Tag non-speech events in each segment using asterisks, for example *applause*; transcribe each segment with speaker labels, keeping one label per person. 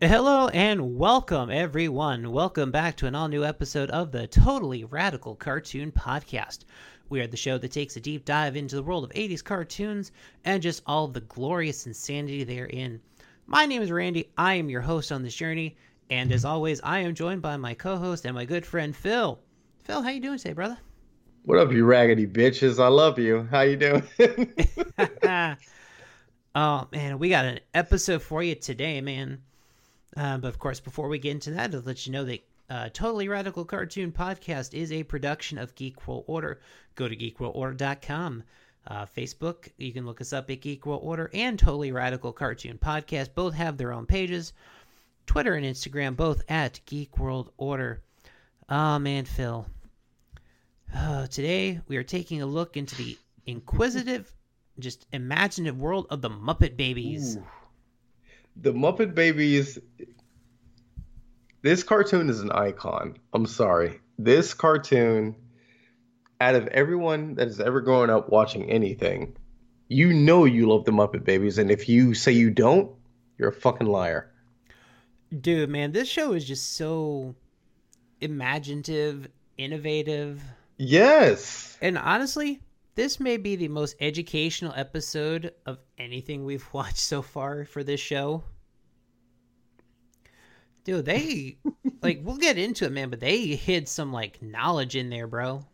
Speaker 1: Hello and welcome, everyone. Welcome back to an all new episode of the Totally Radical Cartoon Podcast. We are the show that takes a deep dive into the world of 80s cartoons and just all of the glorious insanity therein. My name is Randy. I am your host on this journey. And as always, I am joined by my co host and my good friend, Phil. Phil, how you doing today, brother?
Speaker 2: What up, you raggedy bitches? I love you. How you doing? *laughs*
Speaker 1: *laughs* oh, man, we got an episode for you today, man. Um, but of course, before we get into that, I'll let you know that uh, Totally Radical Cartoon Podcast is a production of Geek World Order. Go to geekworldorder.com. Uh, Facebook, you can look us up at Geek World Order and Totally Radical Cartoon Podcast. Both have their own pages. Twitter and Instagram, both at Geek World Order. Ah, man, Phil. Uh, today, we are taking a look into the inquisitive, just imaginative world of the Muppet Babies.
Speaker 2: Ooh. the Muppet Babies. This cartoon is an icon. I'm sorry. This cartoon, out of everyone that has ever grown up watching anything, you know you love the Muppet Babies, and if you say you don't, you're a fucking liar.
Speaker 1: Dude, man, this show is just so imaginative, innovative.
Speaker 2: Yes.
Speaker 1: And honestly, this may be the most educational episode of anything we've *laughs* watched so far for this show. Dude, they like we'll get into it, man, but they hid some like knowledge in there, bro.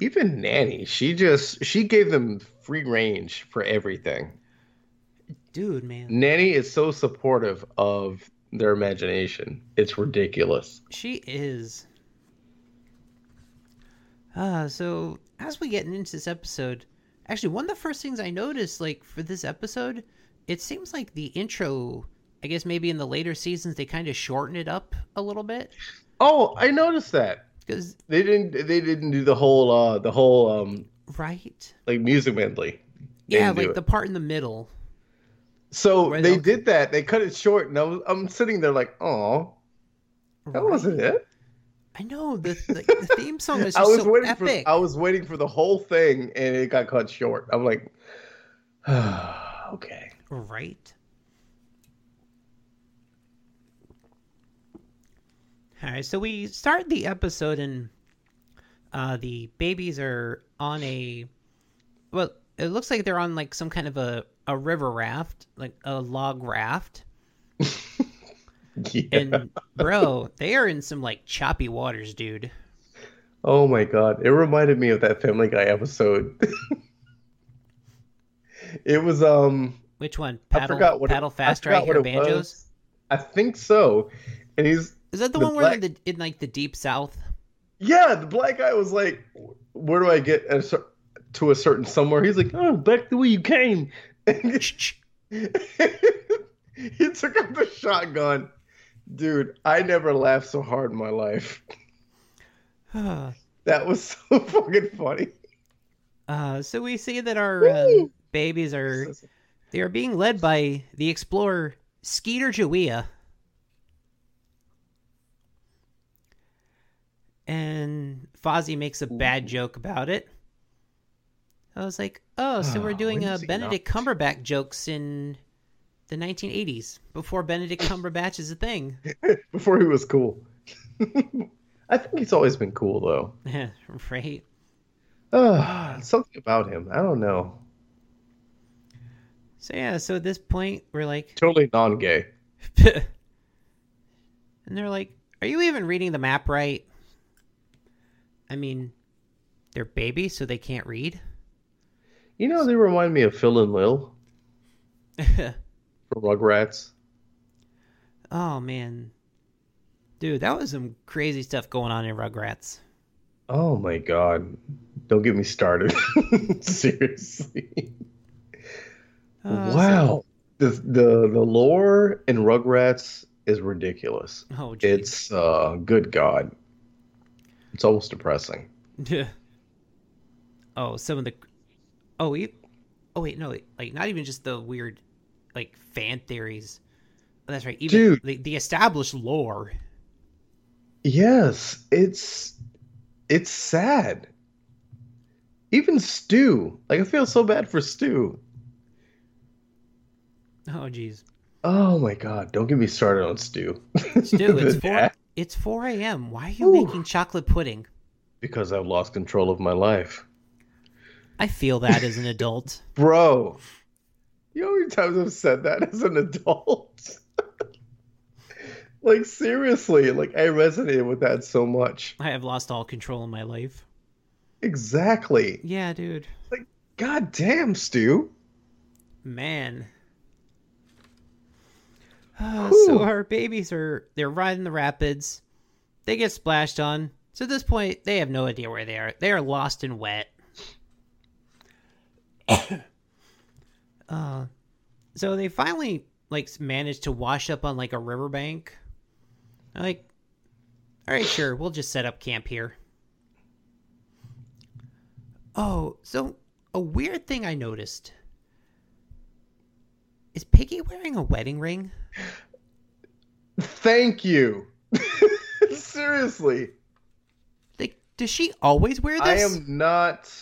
Speaker 2: Even Nanny, she just she gave them free range for everything.
Speaker 1: Dude, man.
Speaker 2: Nanny is so supportive of their imagination. It's ridiculous.
Speaker 1: She is. Uh, so as we get into this episode, actually one of the first things I noticed, like for this episode, it seems like the intro. I guess maybe in the later seasons they kind of shorten it up a little bit
Speaker 2: Oh, I noticed that.
Speaker 1: because
Speaker 2: They didn't they didn't do the whole uh the whole um
Speaker 1: right,
Speaker 2: like music medley. They
Speaker 1: yeah,
Speaker 2: didn't do
Speaker 1: like
Speaker 2: it.
Speaker 1: the part in the middle.
Speaker 2: So
Speaker 1: Right,
Speaker 2: they
Speaker 1: okay.
Speaker 2: did that. They cut it short and I was I'm sitting there like, "Oh, that
Speaker 1: Right.
Speaker 2: wasn't it."
Speaker 1: I know the the, the theme song
Speaker 2: *laughs*
Speaker 1: is
Speaker 2: I
Speaker 1: just
Speaker 2: was
Speaker 1: so
Speaker 2: waiting
Speaker 1: epic.
Speaker 2: for I was waiting for the whole thing and it got cut short. I'm like, *sighs* "Okay."
Speaker 1: Right. All right, so we start the episode, and uh, the babies are on a. Well, it looks like they're on like some kind of a, a river raft, like a log raft.
Speaker 2: Yeah.
Speaker 1: And
Speaker 2: *laughs*
Speaker 1: bro, they are in some like choppy waters, dude.
Speaker 2: Oh my god, it reminded me of that Family Guy episode. *laughs* it was um
Speaker 1: Which one?
Speaker 2: I
Speaker 1: Paddle,
Speaker 2: forgot what it-
Speaker 1: paddle
Speaker 2: I
Speaker 1: faster. I,
Speaker 2: forgot what
Speaker 1: hear
Speaker 2: it
Speaker 1: banjos.
Speaker 2: was. I think so. And he's
Speaker 1: Is that the,
Speaker 2: The
Speaker 1: one where they're
Speaker 2: black-
Speaker 1: in, the, in like the
Speaker 2: *laughs*
Speaker 1: deep south? *sighs*
Speaker 2: yeah, the black guy was like, "Where do I get a cer- to a certain somewhere?" He's like, "Oh, back the way you came." *laughs* he took out the shotgun. Dude, I never laughed so hard in my life. *laughs* That was so *laughs* fucking funny.
Speaker 1: Uh, so we see that our um,
Speaker 2: Woo!
Speaker 1: babies are they are being led by the explorer Skeeter Jawea. And Fozzie makes a bad joke about it. I was like, "Oh, so we're
Speaker 2: Ah,
Speaker 1: doing
Speaker 2: when
Speaker 1: uh,
Speaker 2: is he
Speaker 1: Benedict Cumberbatch jokes in the 1980s
Speaker 2: *laughs*
Speaker 1: before Benedict Cumberbatch is a thing." *laughs*
Speaker 2: Before he was cool. *laughs* I think he's always been cool though.
Speaker 1: right?
Speaker 2: Uh, something about him. I don't know.
Speaker 1: So yeah, so at this point, we're like,
Speaker 2: Totally non-gay.
Speaker 1: *laughs* and they're like, "Are you even reading the map right?" I mean, they're babies, so they can't read.
Speaker 2: You know, they remind me of Phil and Lil from Rugrats.
Speaker 1: oh man, dude, that was some crazy stuff going on in Rugrats.
Speaker 2: Oh my god. Don't get me started. *laughs* Seriously.
Speaker 1: Uh, so-
Speaker 2: wow. The, the the lore in Rugrats is ridiculous.
Speaker 1: oh, jeez.
Speaker 2: It's uh good god. It's almost depressing.
Speaker 1: *laughs* oh, some of the. Oh wait, oh wait, no, like not even just the weird, like fan theories. Oh, that's right, even
Speaker 2: Dude.
Speaker 1: The, the established lore.
Speaker 2: Yes, it's it's sad. Even Stu, like I feel so bad for Stu.
Speaker 1: Oh, jeez.
Speaker 2: Oh my god! Don't get me started on stew. *laughs*
Speaker 1: Stu, it's four. It's four a.m. Why are you
Speaker 2: Whew.
Speaker 1: making chocolate pudding?
Speaker 2: because I've lost control of my life,
Speaker 1: I feel that as an adult.
Speaker 2: bro. You know how many times I've said that as an adult? *laughs* like seriously, like I resonated with that so much.
Speaker 1: I have lost all control in my life.
Speaker 2: Exactly.
Speaker 1: Yeah, dude.
Speaker 2: God damn, Stu.
Speaker 1: Man. Uh,
Speaker 2: Whew.
Speaker 1: so our babies are they're riding the rapids. They get splashed on. So at this point, they have no idea where they are. They are lost and wet. *coughs* uh, so they finally like manage to wash up on like a riverbank. They're like, all right, sure, we'll just set up camp here. Oh, so a weird thing I noticed. Is Piggy wearing a wedding ring?
Speaker 2: Thank you. *laughs* Seriously,
Speaker 1: Like, does she always wear
Speaker 2: I
Speaker 1: this?
Speaker 2: am not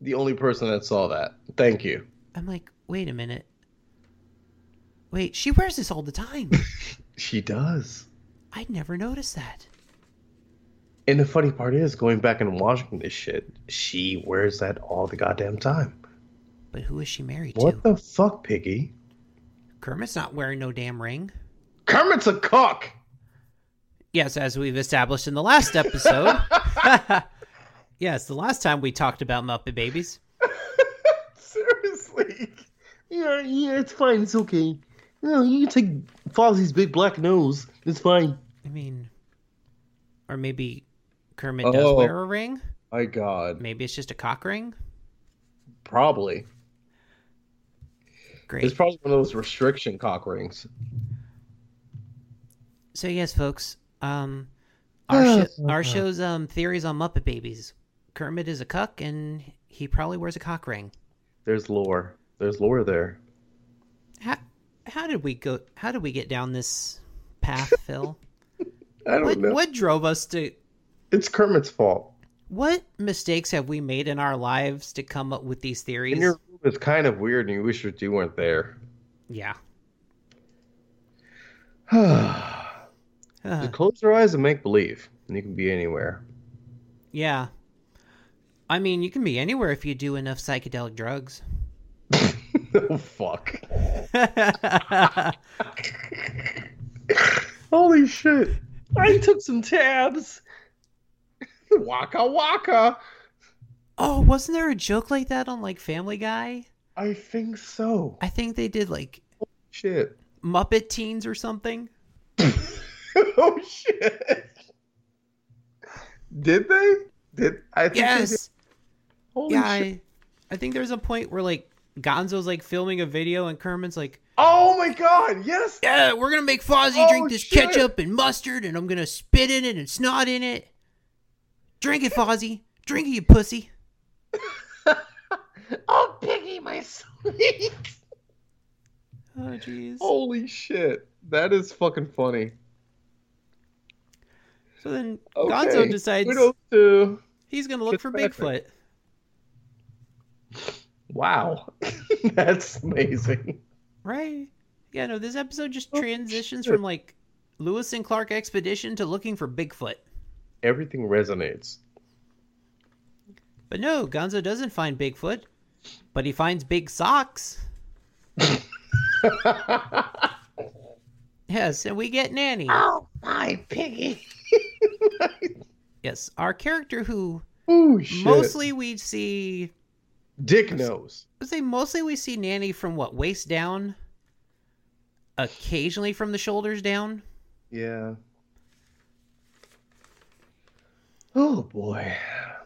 Speaker 2: the only person that saw that. Thank you.
Speaker 1: I'm like, wait a minute. Wait, she wears this all
Speaker 2: *laughs*
Speaker 1: the time.
Speaker 2: She does.
Speaker 1: I'd never noticed that.
Speaker 2: And the funny part is, going back and watching this shit, she wears that all the goddamn time.
Speaker 1: But who is she married
Speaker 2: What
Speaker 1: to?
Speaker 2: the fuck, Piggy?
Speaker 1: Kermit's not wearing no damn ring.
Speaker 2: Kermit's a cock.
Speaker 1: Yes, as we've established in the last episode.
Speaker 2: *laughs*
Speaker 1: yes, the last time we talked about Muppet Babies.
Speaker 2: *laughs* Seriously. Yeah, yeah, it's fine. It's okay. No, you can take Fozzie's big black nose. It's fine.
Speaker 1: I mean, or maybe Kermit does
Speaker 2: Oh.
Speaker 1: wear a ring.
Speaker 2: My God,
Speaker 1: Maybe it's just a cock ring.
Speaker 2: probably. It's
Speaker 1: Great.
Speaker 2: probably one of those restriction cock rings.
Speaker 1: So yes, folks, um, our sh- our show's um theories on Muppet Babies. Kermit is a cuck, and he probably wears a cock ring.
Speaker 2: There's lore. There's lore there.
Speaker 1: How how did we go? How did we get down this
Speaker 2: *laughs*
Speaker 1: path, Phil?
Speaker 2: I don't
Speaker 1: what
Speaker 2: know.
Speaker 1: what drove us to?
Speaker 2: It's Kermit's fault.
Speaker 1: What mistakes have we made in our lives to come up with these theories?
Speaker 2: And your room is kind of weird, and you wish that you weren't there. *sighs*
Speaker 1: Yeah.
Speaker 2: Just
Speaker 1: Uh,
Speaker 2: close your eyes and make believe, and you can be anywhere. *laughs*
Speaker 1: yeah. I mean, you can be anywhere if you do enough psychedelic drugs. *laughs*
Speaker 2: oh fuck! Holy shit! I took some tabs. *laughs* waka waka.
Speaker 1: oh, wasn't there a joke like that on like Family Guy?
Speaker 2: I think so.
Speaker 1: I think they did like
Speaker 2: Shit. *laughs*
Speaker 1: Muppet Teens or something.
Speaker 2: oh shit! Did they? Did I? Think they did.
Speaker 1: Yes.
Speaker 2: Holy
Speaker 1: Yeah.
Speaker 2: shit!
Speaker 1: I, I think there's a point where like Gonzo's like filming a video and Kermit's like,
Speaker 2: Oh my god! *laughs* Yes.
Speaker 1: "Yeah, we're gonna make Fozzie
Speaker 2: Oh,
Speaker 1: drink this
Speaker 2: shit.
Speaker 1: ketchup and mustard, and I'm gonna spit in it and snot in it. Drink it, Fozzie. Drink it, you pussy."
Speaker 2: Oh, piggy, my sweet.
Speaker 1: Oh jeez.
Speaker 2: Holy shit! That is fucking funny.
Speaker 1: So then
Speaker 2: Okay.
Speaker 1: Gonzo decides
Speaker 2: Kudos to
Speaker 1: he's gonna look for
Speaker 2: Fitzpatrick.
Speaker 1: Bigfoot.
Speaker 2: Wow, *laughs* that's amazing.
Speaker 1: Right. Yeah, no, this episode just
Speaker 2: Oh,
Speaker 1: transitions
Speaker 2: shit.
Speaker 1: from like Lewis and Clark expedition to looking for Bigfoot.
Speaker 2: Everything resonates. *laughs*
Speaker 1: But no, Gonzo doesn't find Bigfoot, but he finds big socks. Yes, and we get Nanny.
Speaker 2: oh my piggy!
Speaker 1: Yes, our character who
Speaker 2: Oh shit!
Speaker 1: mostly we see
Speaker 2: dick nose.
Speaker 1: I would say mostly we see Nanny from what waist down, occasionally from the shoulders down.
Speaker 2: Yeah. Oh boy!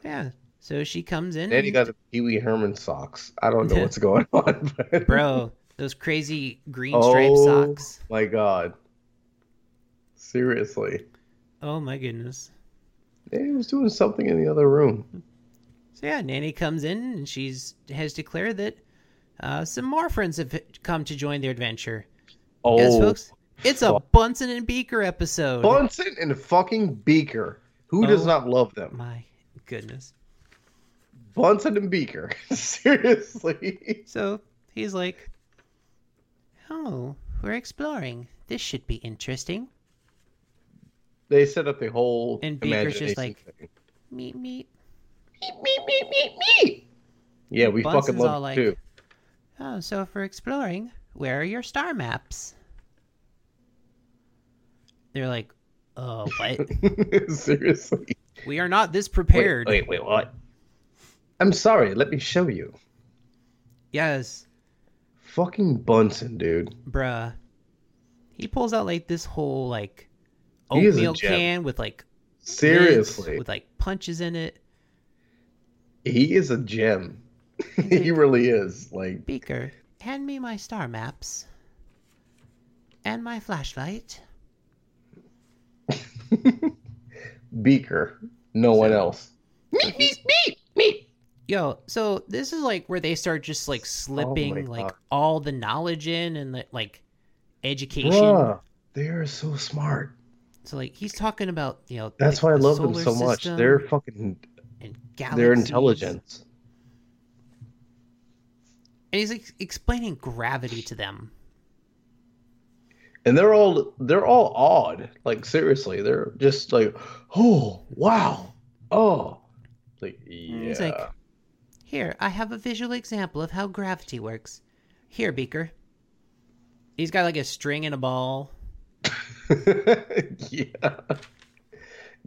Speaker 1: Yeah. So she comes in.
Speaker 2: Then he
Speaker 1: and-
Speaker 2: got the Pee Wee Herman socks. I don't know what's going on, *laughs* but
Speaker 1: *laughs* bro, those crazy green stripe
Speaker 2: Oh.
Speaker 1: socks.
Speaker 2: my god! Seriously,
Speaker 1: Oh my goodness.
Speaker 2: Maybe he was doing something in the other room.
Speaker 1: So yeah, Nanny comes in and she's has declared that uh, some more friends have come to join their adventure.
Speaker 2: Oh,
Speaker 1: Yes, folks, it's a
Speaker 2: fuck.
Speaker 1: Bunsen and Beaker episode.
Speaker 2: Bunsen and fucking Beaker. Who does
Speaker 1: Oh.
Speaker 2: not love them?
Speaker 1: My goodness.
Speaker 2: Bunsen and Beaker. *laughs* Seriously.
Speaker 1: So he's like, "Oh, we're exploring. This should be interesting.
Speaker 2: They set up the whole
Speaker 1: And Beaker's just
Speaker 2: imagination
Speaker 1: like,
Speaker 2: thing.
Speaker 1: Meet, meet.
Speaker 2: Meep, meep, meep, meep. Yeah, we
Speaker 1: Bunsen's
Speaker 2: fucking
Speaker 1: all
Speaker 2: love
Speaker 1: like-
Speaker 2: it too.
Speaker 1: Oh, so if we're exploring, where are your star maps? They're like, uh,
Speaker 2: *laughs*
Speaker 1: what?
Speaker 2: Seriously.
Speaker 1: we are not this
Speaker 2: Wait,
Speaker 1: prepared.
Speaker 2: Wait, wait, what? I'm sorry. Let me show you.
Speaker 1: Yes,
Speaker 2: Fucking Bunsen, dude.
Speaker 1: bruh. He pulls out like this whole like
Speaker 2: He is a
Speaker 1: oatmeal
Speaker 2: gem.
Speaker 1: can with like lids,
Speaker 2: Seriously,
Speaker 1: with like punches in it.
Speaker 2: he is a gem. *laughs* he really is. Like,
Speaker 1: Beaker, hand me my star maps and my flashlight.
Speaker 2: Beaker, no one else.
Speaker 1: Yo, so this is like where they start just like slipping like
Speaker 2: Oh God.
Speaker 1: all the knowledge in and the, like education.
Speaker 2: Bruh, they are so smart.
Speaker 1: So like he's talking about you know
Speaker 2: That's
Speaker 1: like,
Speaker 2: why I
Speaker 1: the
Speaker 2: love them
Speaker 1: solar
Speaker 2: so much.
Speaker 1: system
Speaker 2: They're fucking.
Speaker 1: and
Speaker 2: They're
Speaker 1: galaxies.
Speaker 2: intelligence.
Speaker 1: and he's like explaining gravity to them.
Speaker 2: and they're all they're all odd like seriously they're just like oh wow oh like yeah
Speaker 1: He's like, Here, I have a visual example of how gravity works. Here, Beaker. He's got like a string and a ball.
Speaker 2: *laughs* yeah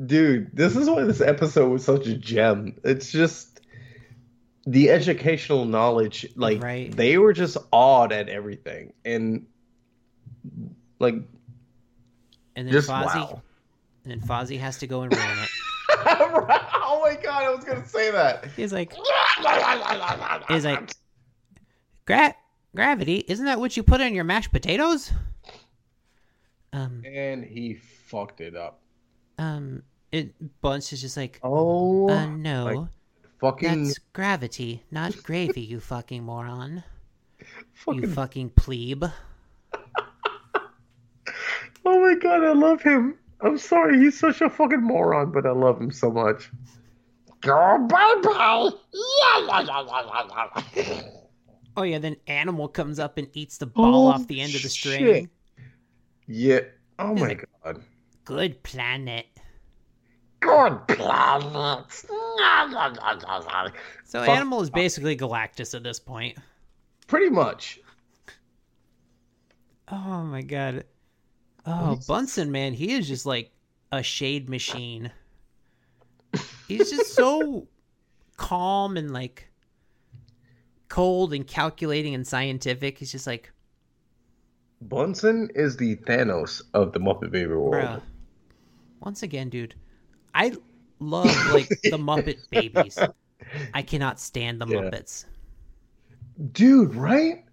Speaker 2: dude this is why this episode was such a gem it's just the educational knowledge like
Speaker 1: Right.
Speaker 2: they were just awed at everything and like
Speaker 1: And then
Speaker 2: just
Speaker 1: Fozzie
Speaker 2: wow *laughs*
Speaker 1: and then Fozzie has to go and ruin it.
Speaker 2: oh my god i was gonna say that *laughs*
Speaker 1: He's like He's like, Gra- gravity, isn't that what you put in your mashed potatoes? Um,
Speaker 2: and he fucked it up
Speaker 1: um, it, Bunce is just like,
Speaker 2: oh
Speaker 1: uh, no,
Speaker 2: fucking
Speaker 1: that's gravity, not gravy, you fucking moron. You
Speaker 2: Fucking-
Speaker 1: fucking plebe.
Speaker 2: oh my god, I love him. I'm sorry, he's such a fucking moron, but I love him so much. Go bye bye.
Speaker 1: Oh, yeah, then Animal comes up and eats the ball
Speaker 2: Oh,
Speaker 1: off the end of the string.
Speaker 2: shit. Yeah. Oh
Speaker 1: He's
Speaker 2: my
Speaker 1: like-
Speaker 2: god.
Speaker 1: Good planet.
Speaker 2: Good planet.
Speaker 1: So
Speaker 2: Fuck.
Speaker 1: Animal is basically Galactus at this point.
Speaker 2: Pretty much.
Speaker 1: Oh, my God. Oh, Bunsen, man, he is just like a shade machine. He's just so calm and like cold and calculating and scientific. He's just like,
Speaker 2: Bunsen is the Thanos of the Muppet Baby world.
Speaker 1: bruh. Once again, dude, I love
Speaker 2: *laughs*
Speaker 1: like the Muppet babies. I cannot stand the
Speaker 2: Yeah.
Speaker 1: Muppets.
Speaker 2: dude right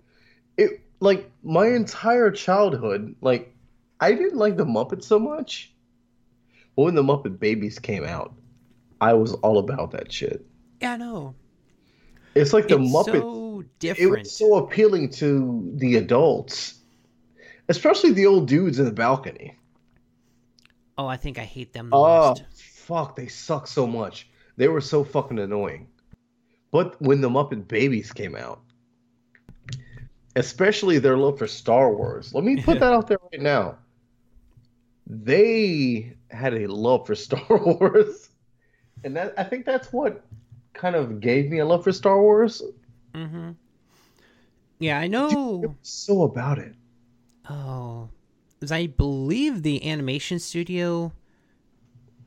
Speaker 2: it like my entire childhood like i didn't like the muppets so much but when the muppet babies came out i was all about that shit
Speaker 1: Yeah, no.
Speaker 2: it's like the
Speaker 1: it's
Speaker 2: muppets
Speaker 1: so
Speaker 2: it
Speaker 1: different.
Speaker 2: was so appealing to the adults especially the old dudes in the balcony
Speaker 1: Oh, I think I hate them the
Speaker 2: oh
Speaker 1: most.
Speaker 2: fuck they suck so much they were so fucking annoying but when the muppet babies came out especially their love for Star Wars. Let me
Speaker 1: *laughs*
Speaker 2: put that out there right now. They had a love for *laughs* Star Wars, and that I think that's what kind of gave me a love for Star Wars.
Speaker 1: Mm-hmm. Yeah, I
Speaker 2: It
Speaker 1: know.
Speaker 2: was so about it.
Speaker 1: Oh, 'Cause I believe the animation studio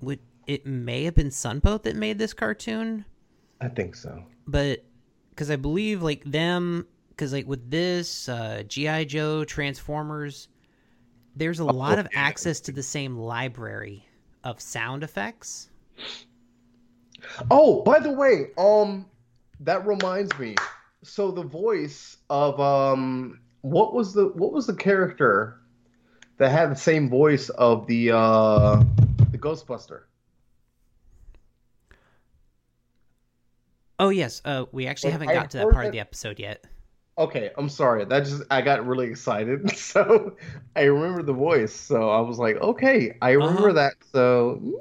Speaker 1: would it may have been Sunboat that made this cartoon,
Speaker 2: I think so.
Speaker 1: but because I believe like them, because like with this uh, GI Joe Transformers, there's a lot of
Speaker 2: yeah.
Speaker 1: access to the same library of sound effects.
Speaker 2: Oh, by the way, um, that reminds me. So the voice of um, what was the what was the character that had the same voice of the uh, the Ghostbuster?
Speaker 1: Oh yes, uh, we actually
Speaker 2: Like,
Speaker 1: haven't
Speaker 2: I
Speaker 1: got to that
Speaker 2: heard
Speaker 1: part of
Speaker 2: that-
Speaker 1: the episode yet.
Speaker 2: Okay, I'm sorry. That just I got really excited, *laughs* so I remember the voice. So I was like, okay, I remember
Speaker 1: Uh-huh.
Speaker 2: that. So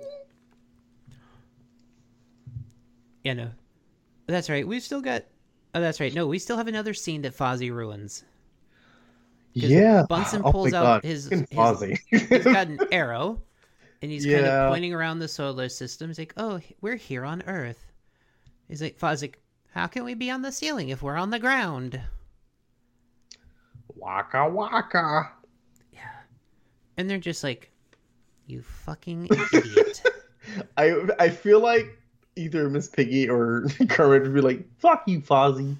Speaker 1: Yeah, no. That's right. We've still got. Oh, that's right. No, we still have another scene that Fozzie ruins.
Speaker 2: Yeah.
Speaker 1: Bunsen
Speaker 2: Oh
Speaker 1: pulls
Speaker 2: my
Speaker 1: out
Speaker 2: God.
Speaker 1: his,
Speaker 2: Fucking
Speaker 1: his
Speaker 2: Ozzy. *laughs*
Speaker 1: he's got an arrow and he's kind
Speaker 2: Yeah.
Speaker 1: of pointing around the solar system. He's like, "Oh, he- we're here on Earth." He's like, "Foz's like, how can we be on the ceiling if we're on the ground?"
Speaker 2: waka waka.
Speaker 1: And they're just like, "You fucking
Speaker 2: *laughs*
Speaker 1: idiot."
Speaker 2: I I feel like either Miss Piggy or *laughs* Kermit would be like, "Fuck you, Fozzie.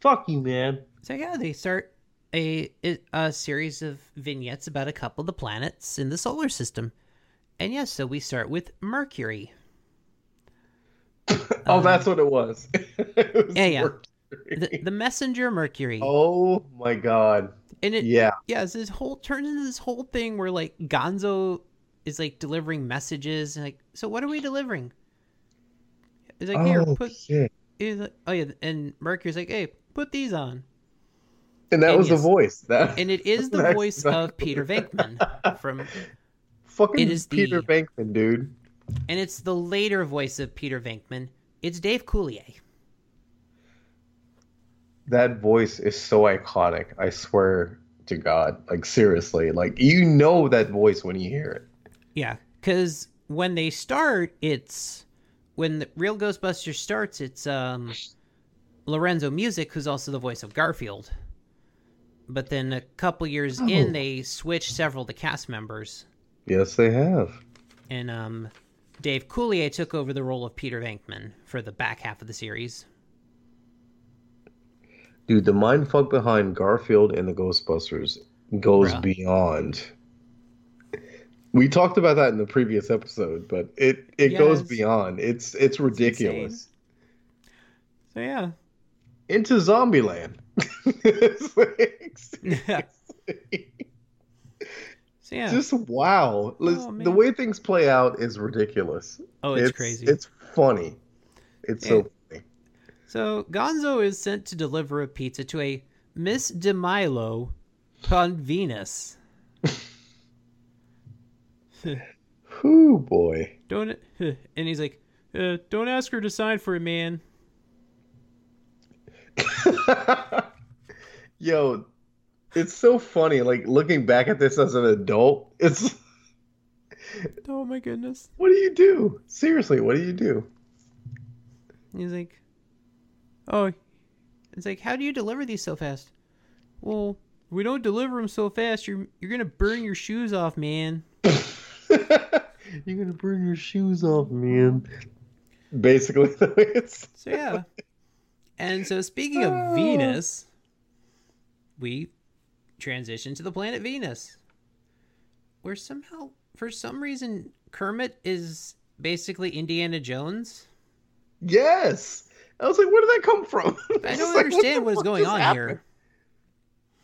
Speaker 2: Fuck you,
Speaker 1: *laughs*
Speaker 2: man."
Speaker 1: so yeah, they start a a series of vignettes about a couple of the planets in the solar system. And yes, so we start with Mercury.
Speaker 2: Oh,
Speaker 1: Um,
Speaker 2: that's what it was. *laughs* It was
Speaker 1: yeah, yeah.
Speaker 2: Mercury.
Speaker 1: The, the messenger Mercury.
Speaker 2: Oh my god.
Speaker 1: and it
Speaker 2: Yeah.
Speaker 1: yeah, it's this whole turns into this whole thing where like Gonzo is like delivering messages and like, so what are we delivering? He's like, here,
Speaker 2: oh,
Speaker 1: put.
Speaker 2: shit.
Speaker 1: He's like, oh yeah, and Mercury's like, hey, put these on,
Speaker 2: And that
Speaker 1: and
Speaker 2: was
Speaker 1: yes.
Speaker 2: the voice. That *laughs*
Speaker 1: and it is the
Speaker 2: That's
Speaker 1: voice
Speaker 2: not-
Speaker 1: of Peter Venkman from,
Speaker 2: fucking
Speaker 1: it is the-
Speaker 2: Peter Bankman, dude.
Speaker 1: and it's the later voice of Peter Venkman. It's Dave Coulier.
Speaker 2: That voice is so iconic. I swear to God. Like seriously. Like you know that voice when you hear it.
Speaker 1: Yeah, because when they start, it's when the real Ghostbusters starts, it's um Lorenzo Music, who's also the voice of Garfield. But then a couple years in,
Speaker 2: Oh.
Speaker 1: they switch several of the cast members,
Speaker 2: Yes, they have.
Speaker 1: and um, Dave Coulier took over the role of Peter Venkman for the back half of the series.
Speaker 2: Dude, the mind fuck behind Garfield and the Ghostbusters goes
Speaker 1: Bruh.
Speaker 2: beyond. We talked about that in the previous episode, but it it goes
Speaker 1: Yes.
Speaker 2: beyond. It's it's ridiculous.
Speaker 1: So *laughs* yeah,
Speaker 2: Into Zombieland. *laughs* It's like-
Speaker 1: so yeah.
Speaker 2: Just wow. Let's- the
Speaker 1: Oh, man.
Speaker 2: way things play out is ridiculous.
Speaker 1: oh, it's, crazy.
Speaker 2: It's funny. It's so
Speaker 1: It-
Speaker 2: funny.
Speaker 1: So Gonzo is sent to deliver a pizza to a Miss DeMilo on Venus.
Speaker 2: Whoo boy. *laughs*
Speaker 1: Don't *laughs* and he's like, uh, don't ask her to sign for it, man.
Speaker 2: Yo, it's so funny. Like looking back at this as an adult, it's
Speaker 1: Oh my goodness.
Speaker 2: what do you do? Seriously, what do you
Speaker 1: *laughs*
Speaker 2: do?
Speaker 1: He's like, oh, it's like, how do you deliver these so fast? Well, we don't deliver them so fast. You're you're gonna burn your shoes off, man.
Speaker 2: You're gonna burn your shoes off, man. Basically, *laughs* the way it's *laughs*
Speaker 1: So yeah. and so speaking of
Speaker 2: Oh.
Speaker 1: Venus, we transition to the planet Venus. Where somehow for some reason Kermit is basically Indiana Jones.
Speaker 2: yes. I was like, where did that come from? *laughs*
Speaker 1: I
Speaker 2: It's like,
Speaker 1: don't
Speaker 2: what
Speaker 1: understand
Speaker 2: the
Speaker 1: what is
Speaker 2: fuck
Speaker 1: going
Speaker 2: just
Speaker 1: on
Speaker 2: happened?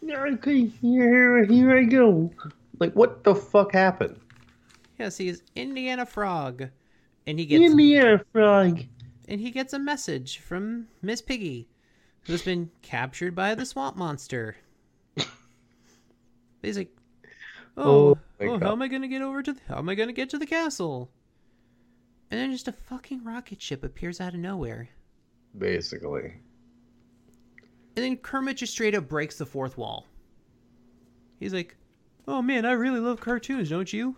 Speaker 1: here.
Speaker 2: Okay, here, here I go. Like, what the fuck happened?
Speaker 1: Yes, he's Indiana Frog. And he gets
Speaker 2: Indiana frog.
Speaker 1: and he gets a message from Miss Piggy, who's been captured by the swamp monster. He's like, "Oh,
Speaker 2: Oh my
Speaker 1: oh,
Speaker 2: God.
Speaker 1: how am I gonna get over to? The, how am I gonna get to the castle?" And then just a fucking rocket ship appears out of nowhere,
Speaker 2: Basically,
Speaker 1: and then Kermit just straight up breaks the fourth wall. He's like, "Oh man, I really love cartoons, don't you?"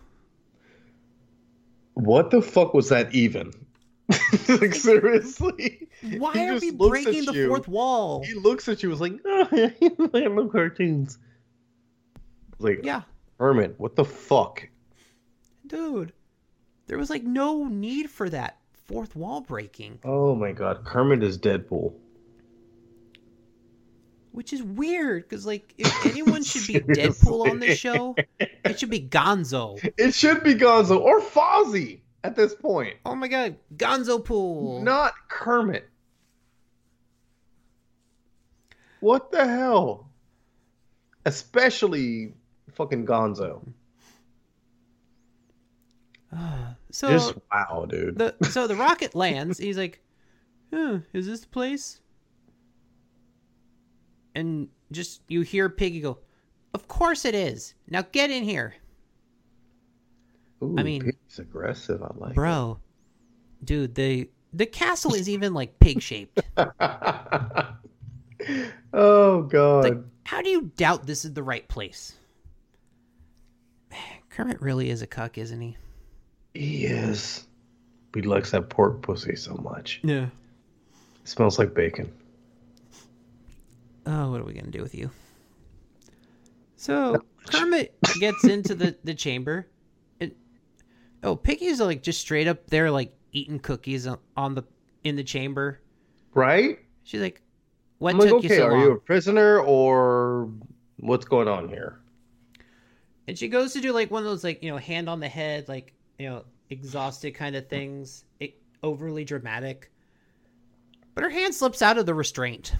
Speaker 2: what the fuck was that even? *laughs*
Speaker 1: *laughs*
Speaker 2: like seriously, He
Speaker 1: Why are
Speaker 2: just
Speaker 1: we
Speaker 2: looks at
Speaker 1: breaking the
Speaker 2: you.
Speaker 1: fourth wall?
Speaker 2: he looks at you. Was *laughs* like, oh, I love cartoons. Like,
Speaker 1: Yeah,
Speaker 2: Herman, what the fuck?
Speaker 1: dude, there was like no need for that fourth wall breaking.
Speaker 2: Oh my god, Kermit is Deadpool.
Speaker 1: Which is weird because, like, if anyone should be Deadpool on this show, it should be Gonzo.
Speaker 2: It should be Gonzo or Fozzie at this point,
Speaker 1: Oh my god, Gonzo Pool.
Speaker 2: not Kermit. What the hell? Especially fucking Gonzo.
Speaker 1: so
Speaker 2: Just wow, dude.
Speaker 1: the so the rocket lands. And he's like, huh, "Is this the place?" And just you hear Piggy go, "Of course it is. Now get in here,
Speaker 2: Ooh,
Speaker 1: I mean-
Speaker 2: it's aggressive. I like
Speaker 1: bro, dude." The the castle is even like pig shaped.
Speaker 2: it. oh god.
Speaker 1: Like, How do you doubt this is the right place? *sighs* Kermit really is a cuck, isn't he?
Speaker 2: He is. He likes that pork pussy so much.
Speaker 1: Yeah.
Speaker 2: It smells like bacon.
Speaker 1: Oh, what are we gonna do with you?
Speaker 2: Oh,
Speaker 1: So Kermit gets into the the chamber. And, oh, Piggy's like just straight up there, like eating cookies on, on the in the chamber.
Speaker 2: Right?
Speaker 1: She's like, "What
Speaker 2: I'm
Speaker 1: took
Speaker 2: like,
Speaker 1: you
Speaker 2: okay,
Speaker 1: so
Speaker 2: are
Speaker 1: long?"
Speaker 2: you a prisoner or what's going on here?
Speaker 1: And she goes to do like one of those like you know hand on the head, like you know exhausted kind of things, it, overly dramatic. But her hand slips out of the
Speaker 2: *laughs*
Speaker 1: restraint.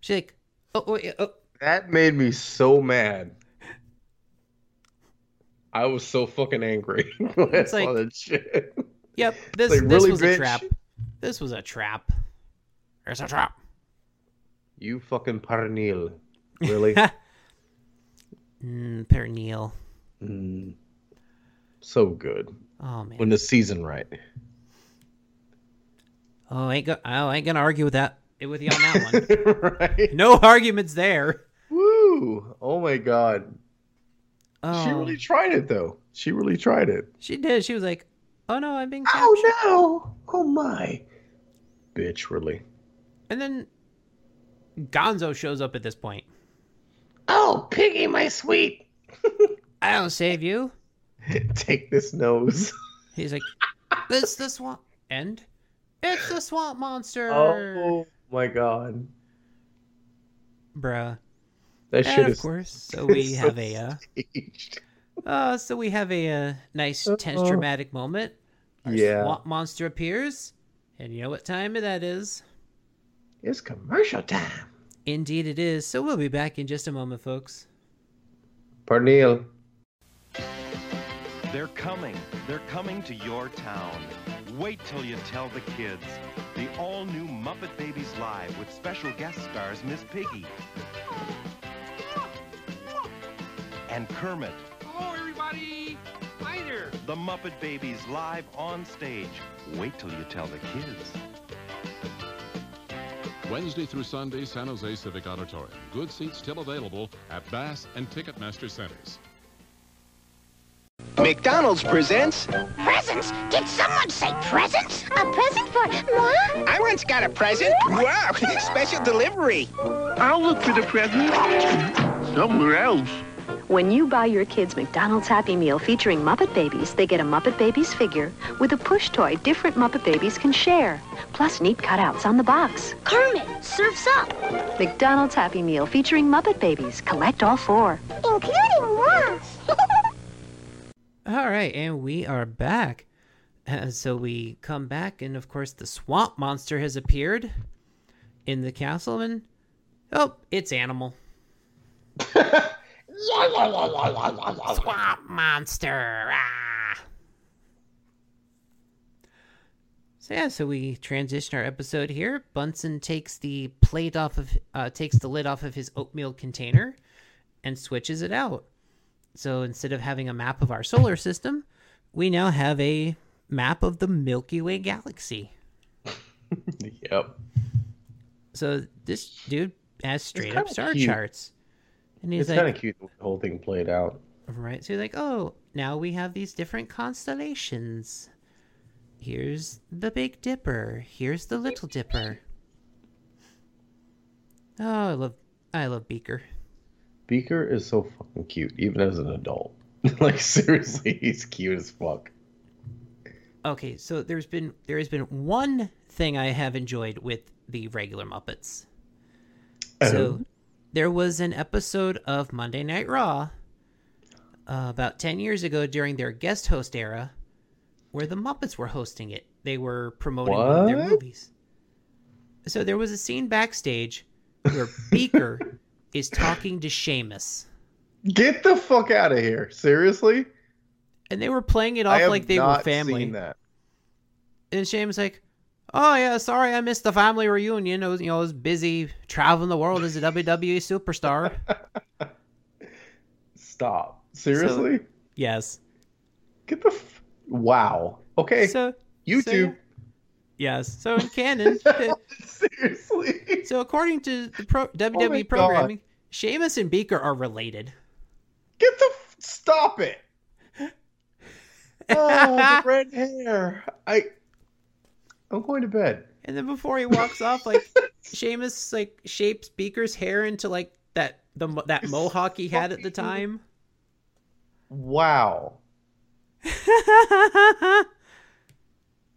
Speaker 1: She's like, "Oh, wait, oh,
Speaker 2: That made me so mad. I was so fucking angry *laughs* when
Speaker 1: It's
Speaker 2: I saw
Speaker 1: like-
Speaker 2: that shit.
Speaker 1: Yep, this
Speaker 2: like,
Speaker 1: this
Speaker 2: really,
Speaker 1: was a
Speaker 2: bitch?
Speaker 1: trap. This was a trap. There's a trap.
Speaker 2: You fucking parnil.
Speaker 1: *laughs*
Speaker 2: Really?
Speaker 1: Mm, perineal.
Speaker 2: Mm. So good.
Speaker 1: Oh man.
Speaker 2: When the season right. *laughs*
Speaker 1: Oh, ain't go- oh, ain't gonna argue with that with you on that
Speaker 2: *laughs*
Speaker 1: one.
Speaker 2: right?
Speaker 1: no arguments there.
Speaker 2: Woo! Oh my god.
Speaker 1: Oh,
Speaker 2: She really tried it though. She really tried it.
Speaker 1: she did. She was like, "Oh no, I'm being captured."
Speaker 2: Oh no! Oh my! Bitch, really?
Speaker 1: And then Gonzo shows up at this point.
Speaker 2: Oh, piggy, my sweet!
Speaker 1: I'll save you.
Speaker 2: *laughs* Take this nose. *laughs*
Speaker 1: He's like, "It's the swamp." And it's the swamp monster,
Speaker 2: Oh my god!
Speaker 1: bruh.
Speaker 2: That
Speaker 1: And
Speaker 2: shit
Speaker 1: of
Speaker 2: is *laughs*
Speaker 1: course, so we
Speaker 2: so
Speaker 1: have a. Uh,
Speaker 2: staged.
Speaker 1: Uh, so we have a, uh nice tense
Speaker 2: Uh-oh.
Speaker 1: dramatic moment. Our
Speaker 2: Yeah.
Speaker 1: swamp monster appears, and you know what time that is?
Speaker 2: It's commercial time.
Speaker 1: Indeed, it is. So we'll be back in just a moment, folks.
Speaker 2: Parnil,
Speaker 3: They're coming. They're coming to your town. Wait till you tell the kids. The all new Muppet Babies Live with special guest stars Miss Piggy and Kermit.
Speaker 4: Hello, everybody. Hi there.
Speaker 3: The Muppet Babies Live on stage. Wait till you tell the kids.
Speaker 5: Wednesday through Sunday, San Jose Civic Auditorium. Good seats still available at Bass and Ticketmaster centers.
Speaker 6: McDonald's presents.
Speaker 7: Presents? Did someone say presents? A present for Ma?
Speaker 6: I once got a present. Wow, *laughs* special delivery.
Speaker 8: When you buy your kids McDonald's Happy Meal featuring Muppet Babies, they get a Muppet Babies figure with a push toy different Muppet Babies can share, plus neat cutouts on the box.
Speaker 7: Kermit surfs up,
Speaker 8: McDonald's Happy Meal featuring Muppet Babies. Collect all four.
Speaker 7: including Ma.
Speaker 1: All right, and we are back. Uh, so we come back, and of course, the swamp monster has appeared in the castle, and oh, it's animal. swamp monster. Ah. So yeah, so we transition our episode here. Bunsen takes the plate off of, uh, takes the lid off of his oatmeal container, and switches it out. So instead of having a map of our solar system, we now have a map of the Milky Way galaxy.
Speaker 2: Yep.
Speaker 1: So this dude has straight up
Speaker 2: kinda
Speaker 1: star
Speaker 2: cute.
Speaker 1: charts. And he's
Speaker 2: It's kind
Speaker 1: like,
Speaker 2: of cute the way the whole thing played out.
Speaker 1: right. So he's like, oh, now we have these different constellations. Here's the Big Dipper. Here's the Little Dipper. Oh, I love, I love Beaker.
Speaker 2: Beaker is so fucking cute, even as an adult. *laughs* like seriously, he's cute as fuck.
Speaker 1: Okay, so there's been there has been one thing I have enjoyed with the regular Muppets.
Speaker 2: Uh-huh.
Speaker 1: So there was an episode of Monday Night Raw uh, about 10 years ago during their guest host era where the Muppets were hosting it. They were promoting one of their
Speaker 2: What?
Speaker 1: movies. So there was a scene backstage where
Speaker 2: *laughs*
Speaker 1: Beaker is talking to Seamus.
Speaker 2: Get the fuck out of here! Seriously,
Speaker 1: And they were playing it off like they were family.
Speaker 2: seen that.
Speaker 1: and Shane's like, "Oh yeah, sorry I missed the family reunion. I was, you know, I was busy traveling the world as a WWE superstar."
Speaker 2: Stop. Seriously,
Speaker 1: *laughs* yes.
Speaker 2: get the. F- wow. Okay.
Speaker 1: So
Speaker 2: YouTube.
Speaker 1: so, yeah. Yes. So
Speaker 2: *laughs*
Speaker 1: in canon,
Speaker 2: Seriously.
Speaker 1: so according to the pro- WWE
Speaker 2: Oh God.
Speaker 1: programming, Sheamus and Beaker are related.
Speaker 2: Get the f- stop
Speaker 1: *laughs*
Speaker 2: it. Oh, the red hair. I. I'm going to bed.
Speaker 1: And then before he walks off, like
Speaker 2: *laughs*
Speaker 1: Sheamus like shapes Beaker's hair into like that the mo- that mohawk he had at the time.
Speaker 2: Wow.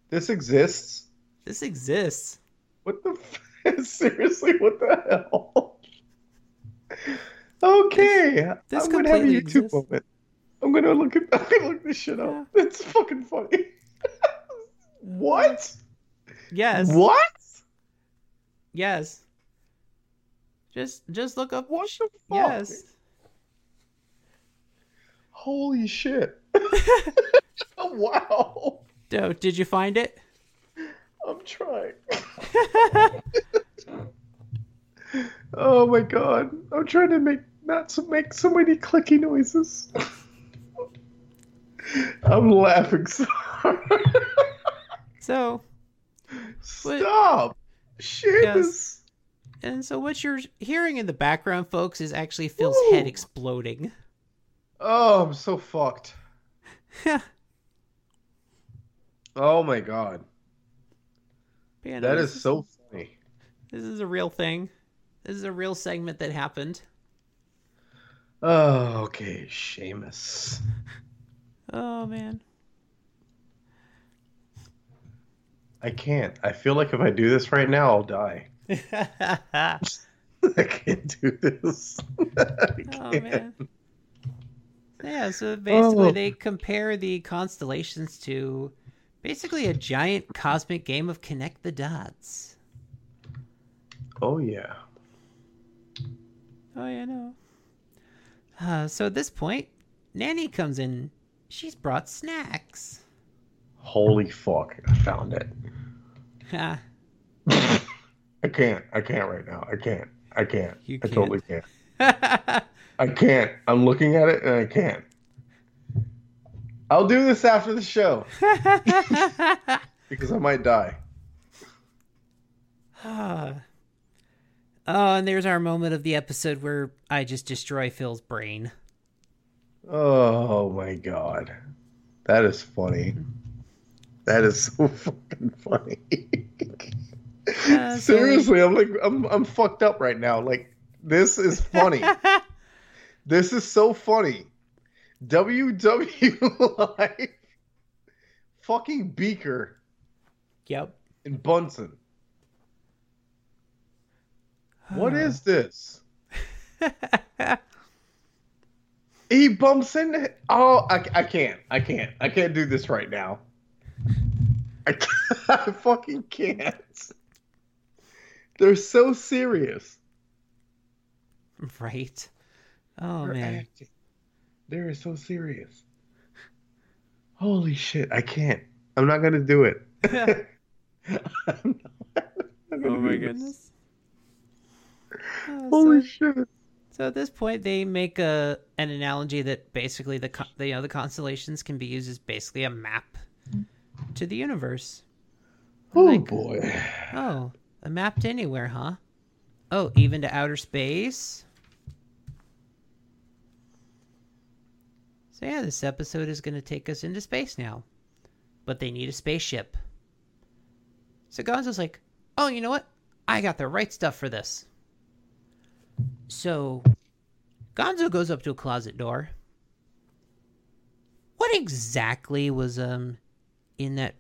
Speaker 2: This exists.
Speaker 1: *laughs* this exists.
Speaker 2: What the f- *laughs* seriously? What the hell? Okay,
Speaker 1: This
Speaker 2: I'm gonna have a YouTube
Speaker 1: completely exists.
Speaker 2: moment. I'm gonna look at. *laughs* I'm gonna look this shit up. It's fucking funny. *laughs* what?
Speaker 1: Yes.
Speaker 2: What?
Speaker 1: Yes. Just just look up
Speaker 2: What the fuck?
Speaker 1: Yes.
Speaker 2: Holy shit! *laughs* wow.
Speaker 1: So, did you find it?
Speaker 2: I'm trying. *laughs* oh my god! I'm trying to make not to make so many clicky noises. I'm laughing so hard.
Speaker 1: So,
Speaker 2: Stop! Shit!
Speaker 1: Yes.
Speaker 2: this-
Speaker 1: and so what you're hearing in the background, folks, is actually Phil's
Speaker 2: Ooh.
Speaker 1: head exploding.
Speaker 2: Oh, I'm so fucked. Oh my god,
Speaker 1: Man,
Speaker 2: that
Speaker 1: this
Speaker 2: is so funny.
Speaker 1: This is a real thing. This is a real segment that happened.
Speaker 2: Oh, okay, Seamus.
Speaker 1: Oh *laughs* man.
Speaker 2: I can't. I feel like if I do this right now, I'll die.
Speaker 1: oh
Speaker 2: *laughs* I can't do this. *laughs* I can't.
Speaker 1: man. Yeah, so basically
Speaker 2: Oh.
Speaker 1: they compare the constellations to basically a giant cosmic game of connect the dots.
Speaker 2: Oh yeah.
Speaker 1: Oh yeah, no. Uh, so at this point, Nanny comes in. She's brought snacks. *laughs*
Speaker 2: Holy fuck! I found it.
Speaker 1: Ha.
Speaker 2: I can't. I can't right now. I can't. I can't.
Speaker 1: You
Speaker 2: I totally can't.
Speaker 1: yeah,
Speaker 2: I can't. I'm looking at it and I can't. I'll do this after the show because I might die.
Speaker 1: Ah. oh, and there's our moment of the episode where I just destroy Phil's brain.
Speaker 2: Oh my god. That is funny. That is so *laughs* fucking funny.
Speaker 1: Uh,
Speaker 2: *laughs*
Speaker 1: so-
Speaker 2: Seriously, I'm like I'm I'm fucked up right now. Like this is funny. this is so funny. *laughs* WW Live fucking Beaker
Speaker 1: Yep.
Speaker 2: and Bunsen. What is
Speaker 1: *laughs*
Speaker 2: this? he bumps into. Oh, I, I can't. I can't. I can't do this right now. I, *laughs* can't- I fucking can't. They're so serious.
Speaker 1: Right. Oh
Speaker 2: They're
Speaker 1: man.
Speaker 2: acting. They're so serious. Holy shit. I can't. I'm not going to do
Speaker 1: *laughs*
Speaker 2: it. *laughs* I'm not- I'm not
Speaker 1: oh
Speaker 2: gonna
Speaker 1: my
Speaker 2: do this.
Speaker 1: goodness. Oh,
Speaker 2: Holy
Speaker 1: so,
Speaker 2: shit.
Speaker 1: so at this point, they make a an analogy that basically the, con- the you know the constellations can be used as basically a map to the universe.
Speaker 2: Oh
Speaker 1: Like-
Speaker 2: boy.
Speaker 1: Oh, a map to anywhere, huh? Oh, even to outer space. So yeah, this episode is going to take us into space now, but they need a spaceship. So Gonzo's like, "Oh, you know what? I got the right stuff for this." So Gonzo goes up to a closet door. What exactly was um in that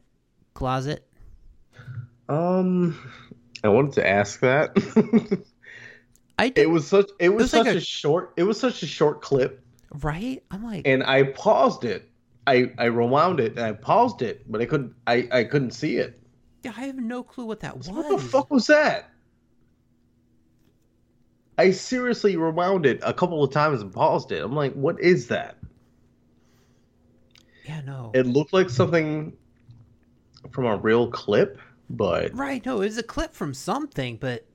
Speaker 1: closet?
Speaker 2: Um, I wanted to ask that. *laughs*
Speaker 1: I did
Speaker 2: it was such it was,
Speaker 1: was like
Speaker 2: such
Speaker 1: a-
Speaker 2: a, short it was such a short clip,
Speaker 1: right. I'm like,
Speaker 2: and I paused it. I I rewound it and I paused it, but I couldn't I I couldn't see it.
Speaker 1: Yeah, I have no clue what that was.
Speaker 2: So what the fuck was that? I seriously rewound it a couple of times and paused it. I'm like, what is that?
Speaker 1: Yeah, no.
Speaker 2: It looked like something from a real clip, but
Speaker 1: Right, no, it was a clip from something, but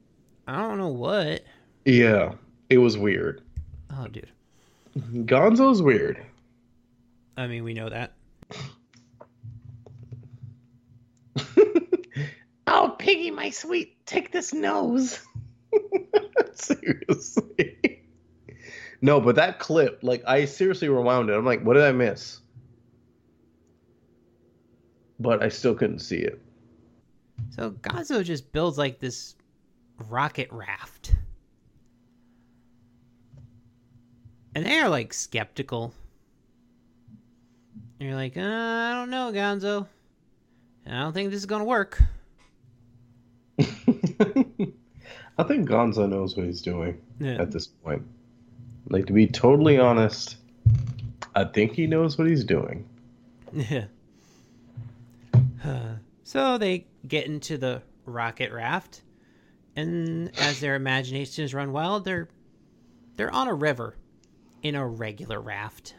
Speaker 1: I don't know what.
Speaker 2: yeah, it was weird.
Speaker 1: Oh, dude.
Speaker 2: Gonzo's weird.
Speaker 1: I mean, we know that.
Speaker 2: *laughs* Oh, Piggy, my sweet, take this nose. *laughs* seriously. No, but that clip, like, I seriously rewound it. I'm like, what did I miss? But I still couldn't see it.
Speaker 1: So Gonzo just builds like this rocket raft. And they are like skeptical. And you're like, uh, I don't know, Gonzo. I don't think this is going to work.
Speaker 2: *laughs* I think Gonzo knows what he's doing
Speaker 1: Yeah.
Speaker 2: at this point. Like, to be totally honest, I think he knows what he's doing.
Speaker 1: Yeah. *sighs* so they get into the rocket raft, and as their imaginations run wild, they're they're on a river in a regular raft,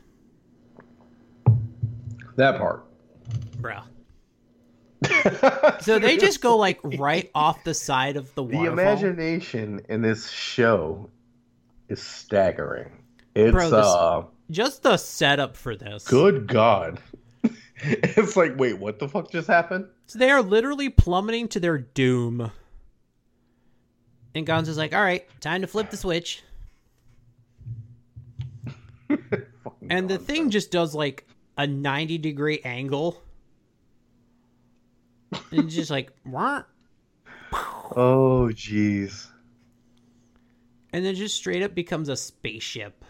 Speaker 2: That part.
Speaker 1: bruh.
Speaker 2: *laughs*
Speaker 1: So they just go like right off the side of the
Speaker 2: The
Speaker 1: waterfall.
Speaker 2: imagination in this show is staggering. It's
Speaker 1: Bro, this-
Speaker 2: uh
Speaker 1: Just the setup for this.
Speaker 2: good god. *laughs* it's like, wait, what the fuck just happened?
Speaker 1: So they are literally plummeting to their doom. And Gonzo's like, all right, time to flip the switch. and the thing just does like a 90 degree angle. And it's just like, *laughs* "Wah."
Speaker 2: Oh jeez.
Speaker 1: and then just straight up becomes a spaceship.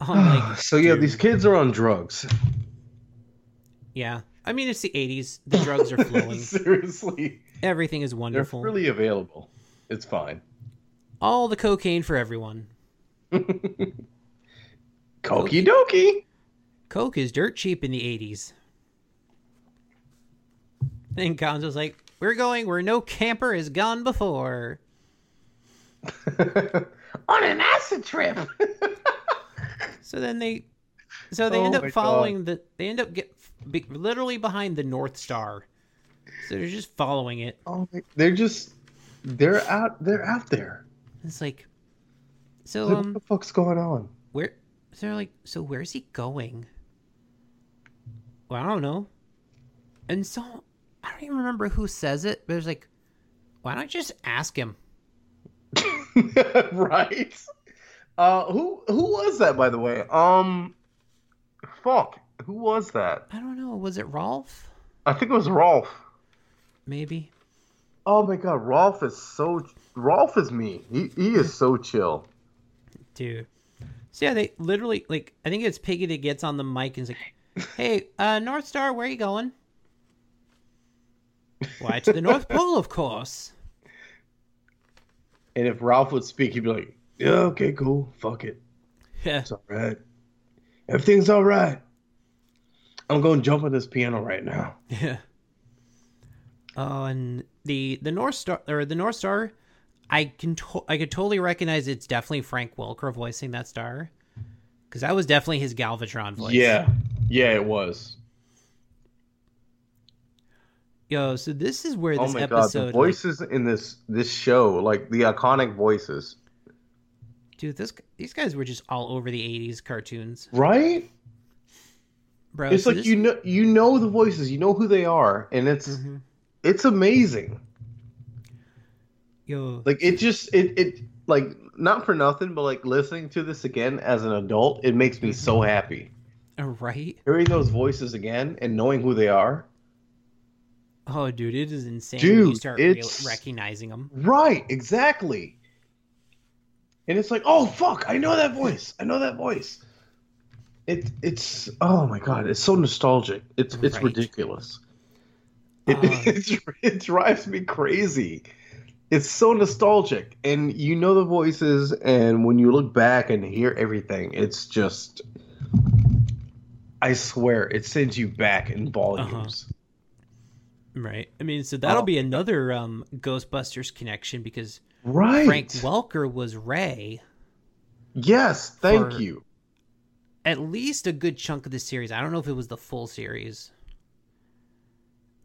Speaker 1: I'm Um, like,
Speaker 2: So yeah, these kids are on drugs.
Speaker 1: yeah. I mean, it's the 80s. The drugs are
Speaker 2: *laughs*
Speaker 1: flowing.
Speaker 2: Seriously.
Speaker 1: Everything is
Speaker 2: They're
Speaker 1: wonderful.
Speaker 2: freely available. It's fine.
Speaker 1: All the cocaine for everyone.
Speaker 2: Cokey dokie.
Speaker 1: Coke is dirt cheap in the 80s. And Gonzo's like, We're going where no camper has gone before.
Speaker 2: *laughs* on an acid trip. *laughs*
Speaker 1: So then they. So they
Speaker 2: Oh
Speaker 1: end
Speaker 2: my
Speaker 1: up
Speaker 2: God.
Speaker 1: following the. They end up get be, literally behind the North Star. So they're just following it.
Speaker 2: oh my, they're just they're out they're out there.
Speaker 1: It's like. So,
Speaker 2: Like, what
Speaker 1: um,
Speaker 2: the fuck's going on?
Speaker 1: where. So they're like, So where's he going? Well, I don't know. And so. I don't even remember who says it, but it's like, Why don't you just ask him?
Speaker 2: *laughs* right? Uh, who who was that, by the way? Um, fuck, who was that?
Speaker 1: I don't know. Was it Rolf?
Speaker 2: I think it was Rolf.
Speaker 1: Maybe.
Speaker 2: Oh my god, Rolf is so Rolf is me. He he is so chill.
Speaker 1: Dude. So yeah, they literally like I think it's Piggy that gets on the mic and is like, Hey, uh North Star, where are you going? Why to the North Pole, of course.
Speaker 2: And if Rolf would speak, he'd be like, "Yeah, okay, cool, fuck it,
Speaker 1: Yeah.
Speaker 2: it's all right, everything's all right." I'm going to jump on this piano right now.
Speaker 1: Yeah. Oh, and the the North Star or the North Star, I can to- I could totally recognize it's definitely Frank Welker voicing that star, because that was definitely his Galvatron voice.
Speaker 2: Yeah, yeah, it was.
Speaker 1: Yo, so this is where
Speaker 2: Oh
Speaker 1: this
Speaker 2: my god,
Speaker 1: episode
Speaker 2: the
Speaker 1: like,
Speaker 2: voices in this this show, like the iconic voices,
Speaker 1: Dude, this these guys were just all over the '80s cartoons,
Speaker 2: right?
Speaker 1: bro.
Speaker 2: it's
Speaker 1: Oh, so
Speaker 2: like
Speaker 1: this-
Speaker 2: you know you know the voices you know who they are and it's
Speaker 1: Mhm.
Speaker 2: it's amazing
Speaker 1: yo,
Speaker 2: like it just it it like not for nothing but like listening to this again as an adult it makes me
Speaker 1: Mm-hmm.
Speaker 2: so happy
Speaker 1: uh, right?
Speaker 2: hearing those voices again and knowing who they are
Speaker 1: Oh, dude, it is insane. when you
Speaker 2: Dude,
Speaker 1: start real-
Speaker 2: it's-
Speaker 1: recognizing them.
Speaker 2: right exactly and it's like oh fuck i know that voice i know that voice it it's oh my god it's so nostalgic it's it's
Speaker 1: Right.
Speaker 2: ridiculous It, *laughs*
Speaker 1: Uh.
Speaker 2: it, it drives me crazy. It's so nostalgic, and you know the voices, and when you look back and hear everything, it's just. I swear, it sends you back
Speaker 1: Uh-huh.
Speaker 2: in volumes.
Speaker 1: Right. I mean, so that'll
Speaker 2: Oh.
Speaker 1: be another um, Ghostbusters connection because
Speaker 2: Right.
Speaker 1: Frank Welker was Ray
Speaker 2: yes, thank
Speaker 1: for-
Speaker 2: you.
Speaker 1: at least a good chunk of the series. I don't know if it was the full series.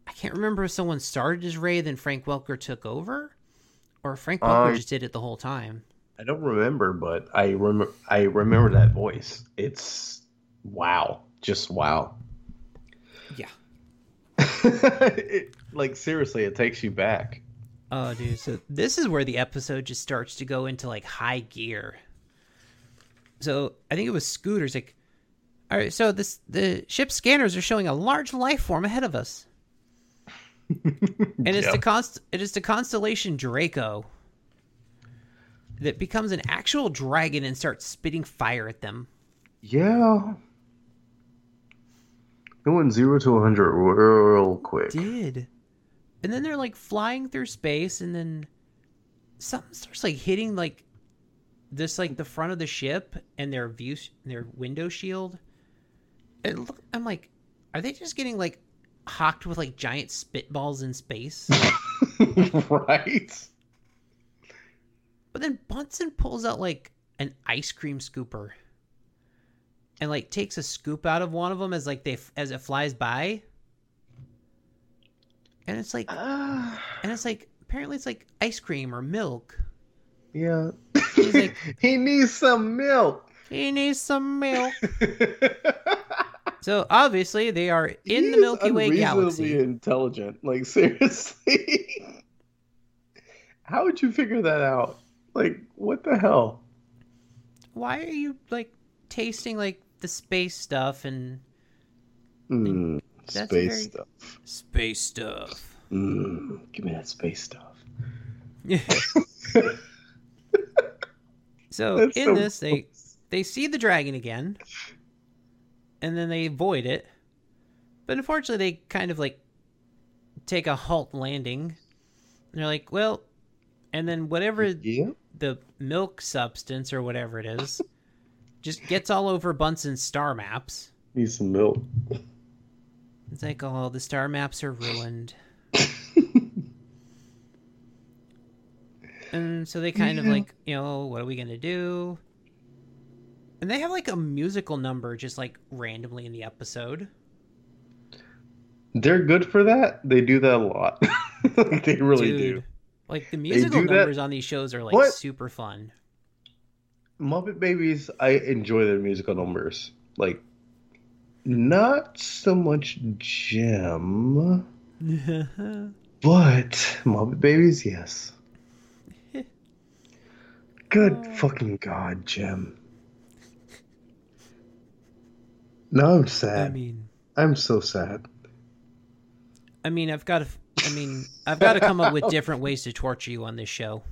Speaker 1: I can't remember if someone started as Ray, then Frank Welker took over, or if Frank Welker
Speaker 2: Um,
Speaker 1: just did it the whole time.
Speaker 2: I don't remember, but I remember. I remember that voice. It's wow, just wow.
Speaker 1: Yeah.
Speaker 2: *laughs* it, like seriously, it takes you back.
Speaker 1: Oh, dude. So this is where the episode just starts to go into like high gear. So I think it was Scooter's like, all right. So this the ship scanners are showing a large life form ahead of us, and it's the
Speaker 2: Yep.
Speaker 1: const it is the constellation Draco that becomes an actual dragon and starts spitting fire at them.
Speaker 2: Yeah. It went zero to 100 real quick.
Speaker 1: Did, and then they're like flying through space, and then something starts like hitting like this like the front of the ship and their view their window shield. It look, I'm like, are they just getting like hocked with like giant spitballs in space?
Speaker 2: *laughs* right?
Speaker 1: But then Bunsen pulls out like an ice cream scooper, and like takes a scoop out of one of them as like they as it flies by. And it's like,
Speaker 2: Ah.
Speaker 1: and it's like apparently it's like ice cream or milk.
Speaker 2: Yeah.
Speaker 1: He's like,
Speaker 2: *laughs* he needs some *laughs* milk.
Speaker 1: he needs some *laughs* milk.
Speaker 2: In
Speaker 1: so obviously they are in the Milky Way galaxy.
Speaker 2: intelligent. Like, *laughs* seriously. How would you figure that out? Like, what the hell?
Speaker 1: Why are you like tasting like the space stuff and
Speaker 2: Mm,
Speaker 1: That's a
Speaker 2: space
Speaker 1: very-
Speaker 2: stuff.
Speaker 1: space stuff?
Speaker 2: *laughs* Mm, give me that space stuff.
Speaker 1: so
Speaker 2: That's
Speaker 1: in
Speaker 2: so
Speaker 1: this, they they see the dragon again, and then they avoid it. But unfortunately, they kind of like take a halt landing. And they're like, well, and then whatever
Speaker 2: Yeah.
Speaker 1: the milk substance or whatever it is, just gets all over Bunsen's star maps.
Speaker 2: Need some milk.
Speaker 1: It's like, oh, the star maps are ruined. and so they kind of like, you know, what are we going to do? And they have like a musical number just like randomly in the episode.
Speaker 2: They're good for that. They do that a lot. *laughs* Like, they really
Speaker 1: Dude,
Speaker 2: do.
Speaker 1: Like the musical
Speaker 2: do that-
Speaker 1: numbers on these shows are like
Speaker 2: What?
Speaker 1: super fun.
Speaker 2: Muppet Babies, I enjoy their musical numbers. Like, not so much
Speaker 1: *laughs*
Speaker 2: Gem, but Muppet Babies, yes. Good
Speaker 1: Uh.
Speaker 2: fucking god, Gem. No, I'm sad.
Speaker 1: I mean,
Speaker 2: I'm so sad.
Speaker 1: I mean, I've got to I mean, I've got to come up with different ways to torture you on this show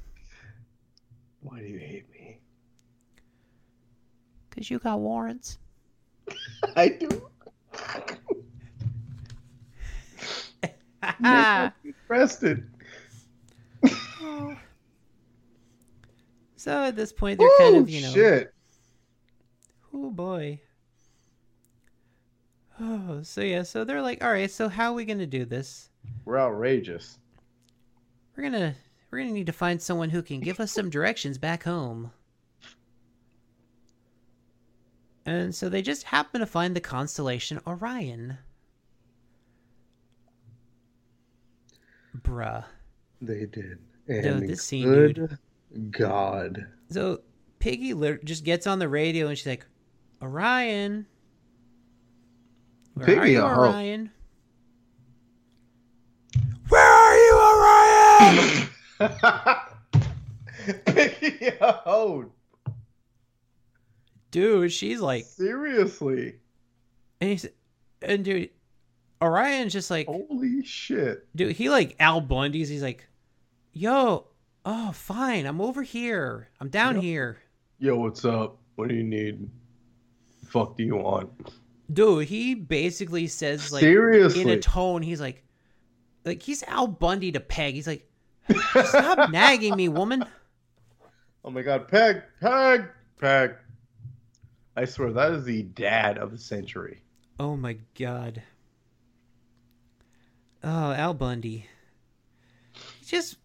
Speaker 2: Why do you hate me? *laughs*
Speaker 1: cuz you got warrants.
Speaker 2: I
Speaker 1: *laughs*
Speaker 2: do.
Speaker 1: Ah.
Speaker 2: Preston.
Speaker 1: So at this point they're kind
Speaker 2: Oh,
Speaker 1: of, you know,
Speaker 2: shit.
Speaker 1: Oh boy. Oh, so yeah, so they're like, all right, so how are we gonna do this?
Speaker 2: We're outrageous.
Speaker 1: We're gonna we're gonna need to find someone who can give us some directions back home. And so they just happen to find the constellation Orion. Bruh.
Speaker 2: They did.
Speaker 1: No,
Speaker 2: And
Speaker 1: this scene,
Speaker 2: good God.
Speaker 1: So Piggy lit- just gets on the radio and she's like, Orion. Where are
Speaker 2: Piggy
Speaker 1: you,
Speaker 2: a hoe.
Speaker 1: Orion?
Speaker 2: Where are you, Orion? *laughs* Yo,
Speaker 1: Dude, she's like,
Speaker 2: seriously.
Speaker 1: and he's, and dude, Orion's just like,
Speaker 2: Holy shit.
Speaker 1: dude, he like Al Bundy's. He's like, yo, oh, fine, I'm over here, I'm down here,
Speaker 2: Yo, what's up? What do you need? Fuck do you want?
Speaker 1: dude. He basically says like in a
Speaker 2: seriously.
Speaker 1: tone, he's like, like he's Al Bundy to Peg. He's like,
Speaker 2: *laughs*
Speaker 1: stop nagging me, woman.
Speaker 2: oh my god, Peg, Peg, Peg. I swear that is the dad of the century.
Speaker 1: Oh my god. Oh, Al Bundy. He just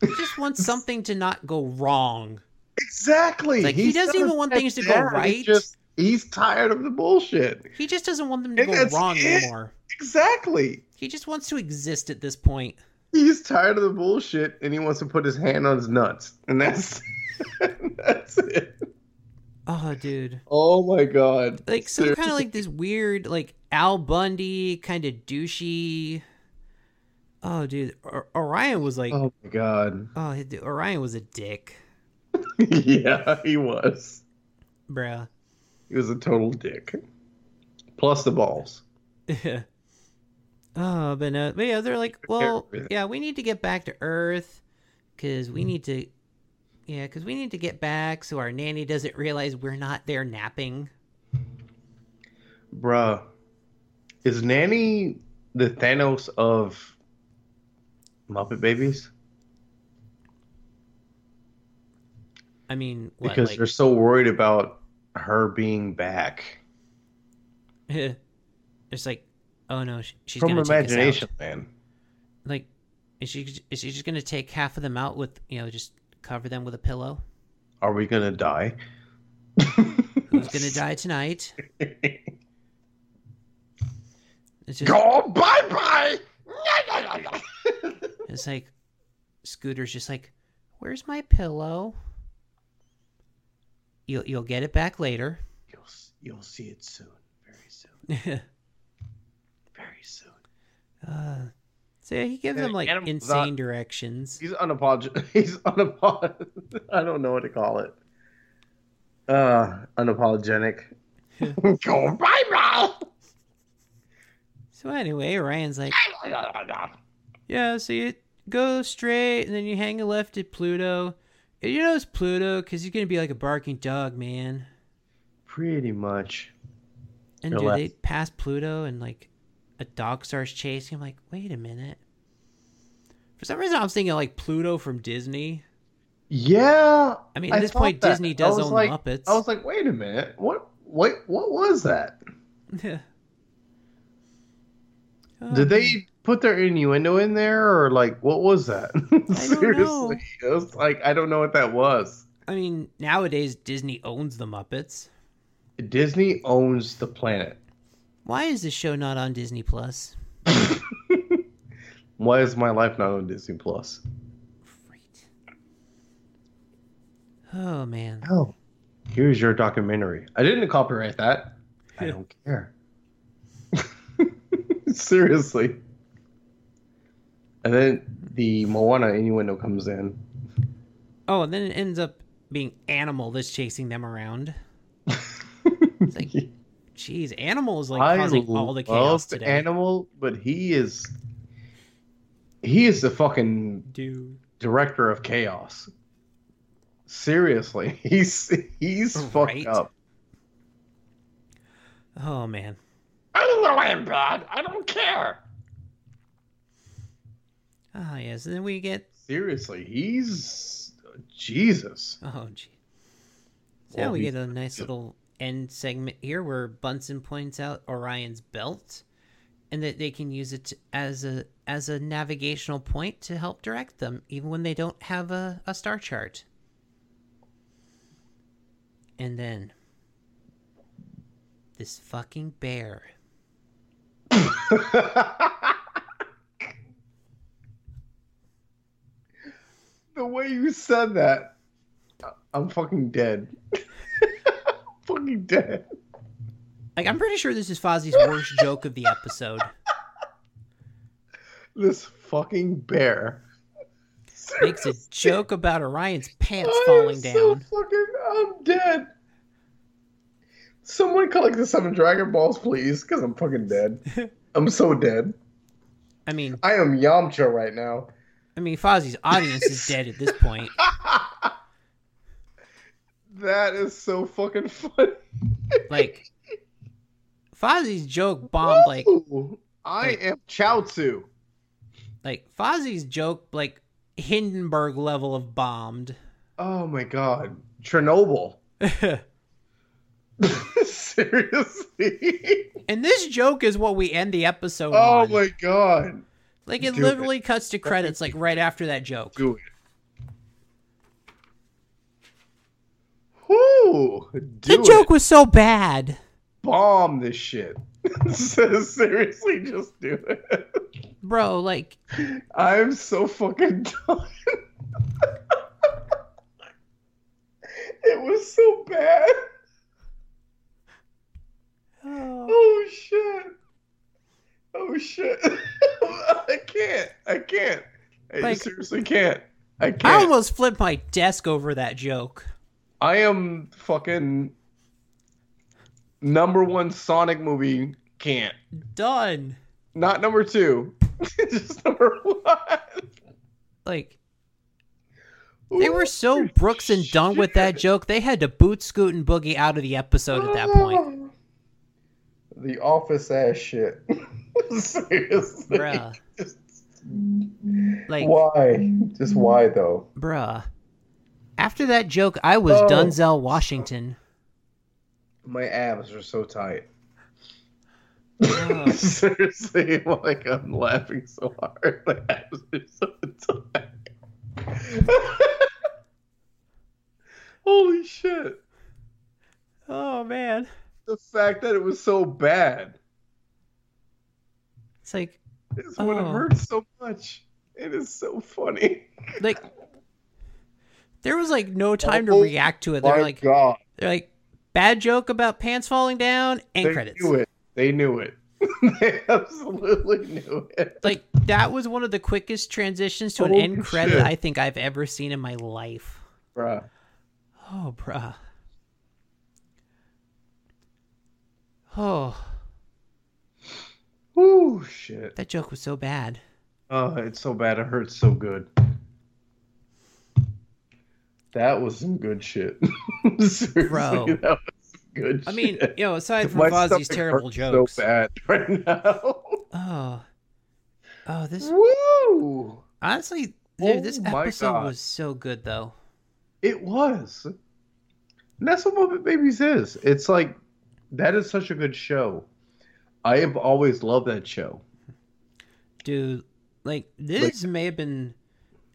Speaker 1: he
Speaker 2: *laughs*
Speaker 1: just wants something to not go wrong.
Speaker 2: Exactly.
Speaker 1: Like, he
Speaker 2: He's
Speaker 1: doesn't
Speaker 2: not
Speaker 1: even want
Speaker 2: that
Speaker 1: things to go
Speaker 2: bad.
Speaker 1: right.
Speaker 2: He just he's tired of the bullshit.
Speaker 1: He just doesn't want them to
Speaker 2: And
Speaker 1: go
Speaker 2: that's
Speaker 1: wrong
Speaker 2: it.
Speaker 1: anymore.
Speaker 2: Exactly.
Speaker 1: He just wants to exist at this point.
Speaker 2: He's tired of the bullshit *laughs* and he wants to put his hand on his nuts. And that's that's it.
Speaker 1: Oh, dude.
Speaker 2: Oh my god.
Speaker 1: Like some kind
Speaker 2: Seriously.
Speaker 1: of like this weird like Al Bundy kind of douchey. Oh, dude. O- Orion was like,
Speaker 2: Oh my god. *laughs*
Speaker 1: oh, he- dude, Orion was a dick,
Speaker 2: yeah, he was.
Speaker 1: bruh. *laughs*
Speaker 2: He was a total dick. Plus the balls.
Speaker 1: oh, but no, but yeah, they're like, well, yeah, we need to get back to Earth because
Speaker 2: Mm-hmm.
Speaker 1: we need to, yeah, because we need to get back so our nanny doesn't realize we're not there napping.
Speaker 2: Bruh. Is Nanny the Thanos of Muppet Babies?
Speaker 1: I mean, what,
Speaker 2: Because they're so worried about her being back.
Speaker 1: like, *laughs* it's like, oh no, sh- she's
Speaker 2: From
Speaker 1: gonna take us out.
Speaker 2: imagination, man.
Speaker 1: Like, is she is she just gonna take half of them out with you know just cover them with a pillow?
Speaker 2: Are we gonna die?
Speaker 1: Who's gonna die tonight? It's just,
Speaker 2: Go bye *laughs* bye!
Speaker 1: It's like Scooter's just like, "Where's my pillow?" You'll you'll get it back later. *laughs*
Speaker 2: You'll, you'll see it soon. Very soon.
Speaker 1: so
Speaker 2: Very soon.
Speaker 1: yeah, he gives
Speaker 2: Yeah,
Speaker 1: them like
Speaker 2: get 'em without-
Speaker 1: insane directions.
Speaker 2: He's unapolog. *laughs* He's unapolog. *laughs* I don't know what to call it. Uh, unapologetic. *laughs* Go bye bye!
Speaker 1: So anyway, Ryan's like, "Yeah, so you go straight and then you hang a left at Pluto. And you know it's Pluto because he's gonna be like a barking dog, man."
Speaker 2: Pretty much.
Speaker 1: And
Speaker 2: Your
Speaker 1: do
Speaker 2: left.
Speaker 1: they pass Pluto and like a dog starts chasing him? Like, wait a minute. For some reason, I'm thinking like Pluto from Disney. *laughs*
Speaker 2: Yeah.
Speaker 1: I mean, at this
Speaker 2: thought
Speaker 1: point,
Speaker 2: that.
Speaker 1: Disney does
Speaker 2: I was
Speaker 1: own the
Speaker 2: like,
Speaker 1: Muppets.
Speaker 2: I was like, wait a minute. What? What? What was that? Did
Speaker 1: Hmm.
Speaker 2: they put their innuendo in there, or like, what was that? *laughs* Seriously, it was like, I don't know what that was.
Speaker 1: I mean, nowadays Disney owns the Muppets.
Speaker 2: Disney owns the planet.
Speaker 1: Why is this show not on Disney Plus?
Speaker 2: Why is my life not on Disney Plus?
Speaker 1: Great. Oh man.
Speaker 2: Oh, here's your documentary. I didn't copyright that. *laughs* I don't care. *laughs* Seriously. And then the Moana innuendo comes in.
Speaker 1: Oh, and then it ends up being Animal that's chasing them around.
Speaker 2: *laughs*
Speaker 1: It's like, jeez, Animal is like
Speaker 2: I
Speaker 1: causing all the chaos
Speaker 2: love
Speaker 1: today.
Speaker 2: Animal, but he is he is the fucking
Speaker 1: Dude.
Speaker 2: director of chaos. Seriously, *laughs* he's he's
Speaker 1: Right.
Speaker 2: fucked up.
Speaker 1: Oh man.
Speaker 2: I don't know. I am bad. I don't care.
Speaker 1: Oh yes, and then we get
Speaker 2: Seriously, he's Jesus.
Speaker 1: oh gee. So
Speaker 2: Well,
Speaker 1: now we
Speaker 2: he's
Speaker 1: get a nice little end segment here where Bunsen points out Orion's belt, and that they can use it as a as a navigational point to help direct them, even when they don't have a, a star chart. And then this fucking bear.
Speaker 2: The way you said that, I- I'm fucking dead. *laughs* fucking dead.
Speaker 1: Like I'm pretty sure this
Speaker 2: *laughs*
Speaker 1: is Fozzie's worst joke of the episode.
Speaker 2: This fucking bear. *laughs*
Speaker 1: Makes a joke about Orion's pants
Speaker 2: I am
Speaker 1: falling
Speaker 2: so
Speaker 1: down.
Speaker 2: fucking, I'm dead. Someone collect the seven Dragon Balls, please, because I'm fucking
Speaker 1: *laughs*
Speaker 2: dead. I'm so dead.
Speaker 1: I mean,
Speaker 2: I am Yamcha right now.
Speaker 1: I mean, Fozzie's audience is dead at this point.
Speaker 2: That is so fucking funny.
Speaker 1: Like, Fozzie's joke bombed. Like,
Speaker 2: Ooh, I am Chaozu.
Speaker 1: like Fozzie's joke, like Hindenburg level of bombed. *laughs*
Speaker 2: Oh my god. Chernobyl. *laughs* Seriously.
Speaker 1: And this joke is what we end the episode
Speaker 2: Oh
Speaker 1: on.
Speaker 2: my god.
Speaker 1: like, it
Speaker 2: do it.
Speaker 1: literally cuts to credits, like right after that joke.
Speaker 2: Do it. Whoo!
Speaker 1: The
Speaker 2: Do
Speaker 1: joke
Speaker 2: it.
Speaker 1: was so bad.
Speaker 2: Bomb this shit. *laughs* Seriously, just do it.
Speaker 1: Bro, like,
Speaker 2: I'm so fucking *laughs* done. it was so bad. Oh shit! Oh shit! *laughs* I can't! I can't! I
Speaker 1: Like-
Speaker 2: seriously can't! I can't!
Speaker 1: I almost flipped my desk over that joke.
Speaker 2: I am fucking number one Sonic movie. Can't.
Speaker 1: Done.
Speaker 2: Not number two. *laughs* Just number one.
Speaker 1: Like they were so Brooks and Dunn with that joke, they had to boot Scoot and Boogie out of the episode at that point.
Speaker 2: The office ass shit. *laughs* Seriously.
Speaker 1: Bruh.
Speaker 2: Just-
Speaker 1: Like
Speaker 2: why? Just why though?
Speaker 1: bruh. After that joke, I was
Speaker 2: Oh.
Speaker 1: Dunzel Washington.
Speaker 2: My abs are so tight.
Speaker 1: Ugh.
Speaker 2: *laughs* Seriously, like I'm laughing so hard. My abs are so tight. *laughs* Holy shit.
Speaker 1: oh man.
Speaker 2: the fact that it was so bad
Speaker 1: It's like
Speaker 2: is what it
Speaker 1: Oh.
Speaker 2: hurts so much. It is so funny.
Speaker 1: like there was like no time
Speaker 2: Oh
Speaker 1: to react to it. They're
Speaker 2: My
Speaker 1: like
Speaker 2: God,
Speaker 1: they're like bad joke about pants falling down and
Speaker 2: they
Speaker 1: credits.
Speaker 2: knew it. They knew it. *laughs* they absolutely knew it.
Speaker 1: Like that was one of the quickest transitions to an
Speaker 2: Holy
Speaker 1: end credit
Speaker 2: shit.
Speaker 1: I think I've ever seen in my life.
Speaker 2: Bruh.
Speaker 1: Oh, bruh. Oh,
Speaker 2: Ooh, shit.
Speaker 1: that joke was so bad.
Speaker 2: Oh, it's so bad. It hurts so good. That was some good shit. *laughs* Seriously,
Speaker 1: Bro.
Speaker 2: that was some good
Speaker 1: I mean, *laughs*
Speaker 2: shit.
Speaker 1: you know, aside from
Speaker 2: My stomach
Speaker 1: Fozzie's terrible
Speaker 2: hurts
Speaker 1: jokes.
Speaker 2: So bad *laughs* right now.
Speaker 1: oh. Oh,
Speaker 2: Mm.
Speaker 1: this
Speaker 2: Woo!
Speaker 1: honestly, dude, this
Speaker 2: Oh my
Speaker 1: episode
Speaker 2: God.
Speaker 1: was so good though.
Speaker 2: It was. And that's what Muppet Babies is. It's like that is such a good show. I have always loved that show.
Speaker 1: Dude, like this may have been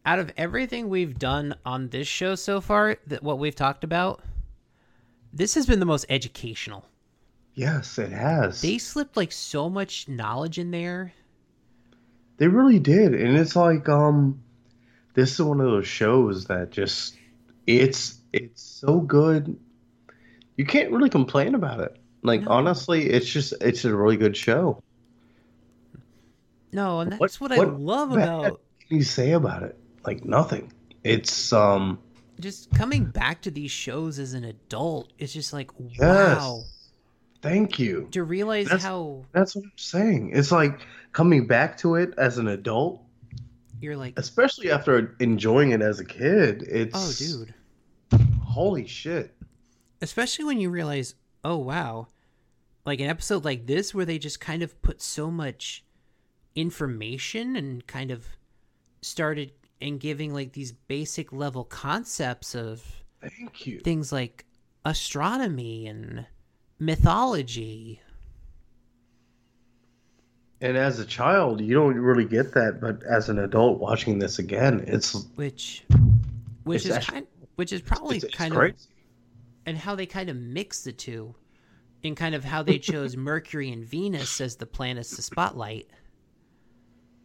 Speaker 1: out of everything we've done on this show so far, that what we've talked about, this has been the most educational.
Speaker 2: Yes, it has.
Speaker 1: They
Speaker 2: They,
Speaker 1: slipped like so much knowledge in there.
Speaker 2: really did. And it's like um this is one of those shows that just it's it's so good. You can't really complain about it. Like
Speaker 1: No.
Speaker 2: honestly, it's just it's a really good show.
Speaker 1: No, and
Speaker 2: What-
Speaker 1: that's what, I
Speaker 2: what
Speaker 1: love
Speaker 2: the
Speaker 1: about
Speaker 2: What can you say about it? Like nothing. It's um
Speaker 1: just coming back to these shows as an adult. It's just like
Speaker 2: yes.
Speaker 1: wow
Speaker 2: Thank you.
Speaker 1: to realize
Speaker 2: That's-
Speaker 1: how
Speaker 2: That's what I'm saying. It's like coming back to it as an adult,
Speaker 1: you're like,
Speaker 2: especially after enjoying it as a kid. It's
Speaker 1: oh, dude.
Speaker 2: holy shit.
Speaker 1: especially when you realize, oh wow, like an episode like this where they just kind of put so much information and kind of started and giving like these basic level concepts of
Speaker 2: Thank you.
Speaker 1: things like astronomy and mythology.
Speaker 2: And as a child, you don't really get that, but as an adult watching this again, it's
Speaker 1: which which
Speaker 2: It's
Speaker 1: is
Speaker 2: actually-
Speaker 1: kind, which is probably
Speaker 2: it's, it's
Speaker 1: kind
Speaker 2: crazy.
Speaker 1: of and how they kind of mix the two and kind of
Speaker 2: *laughs*
Speaker 1: how they chose Mercury and Venus as the planets to spotlight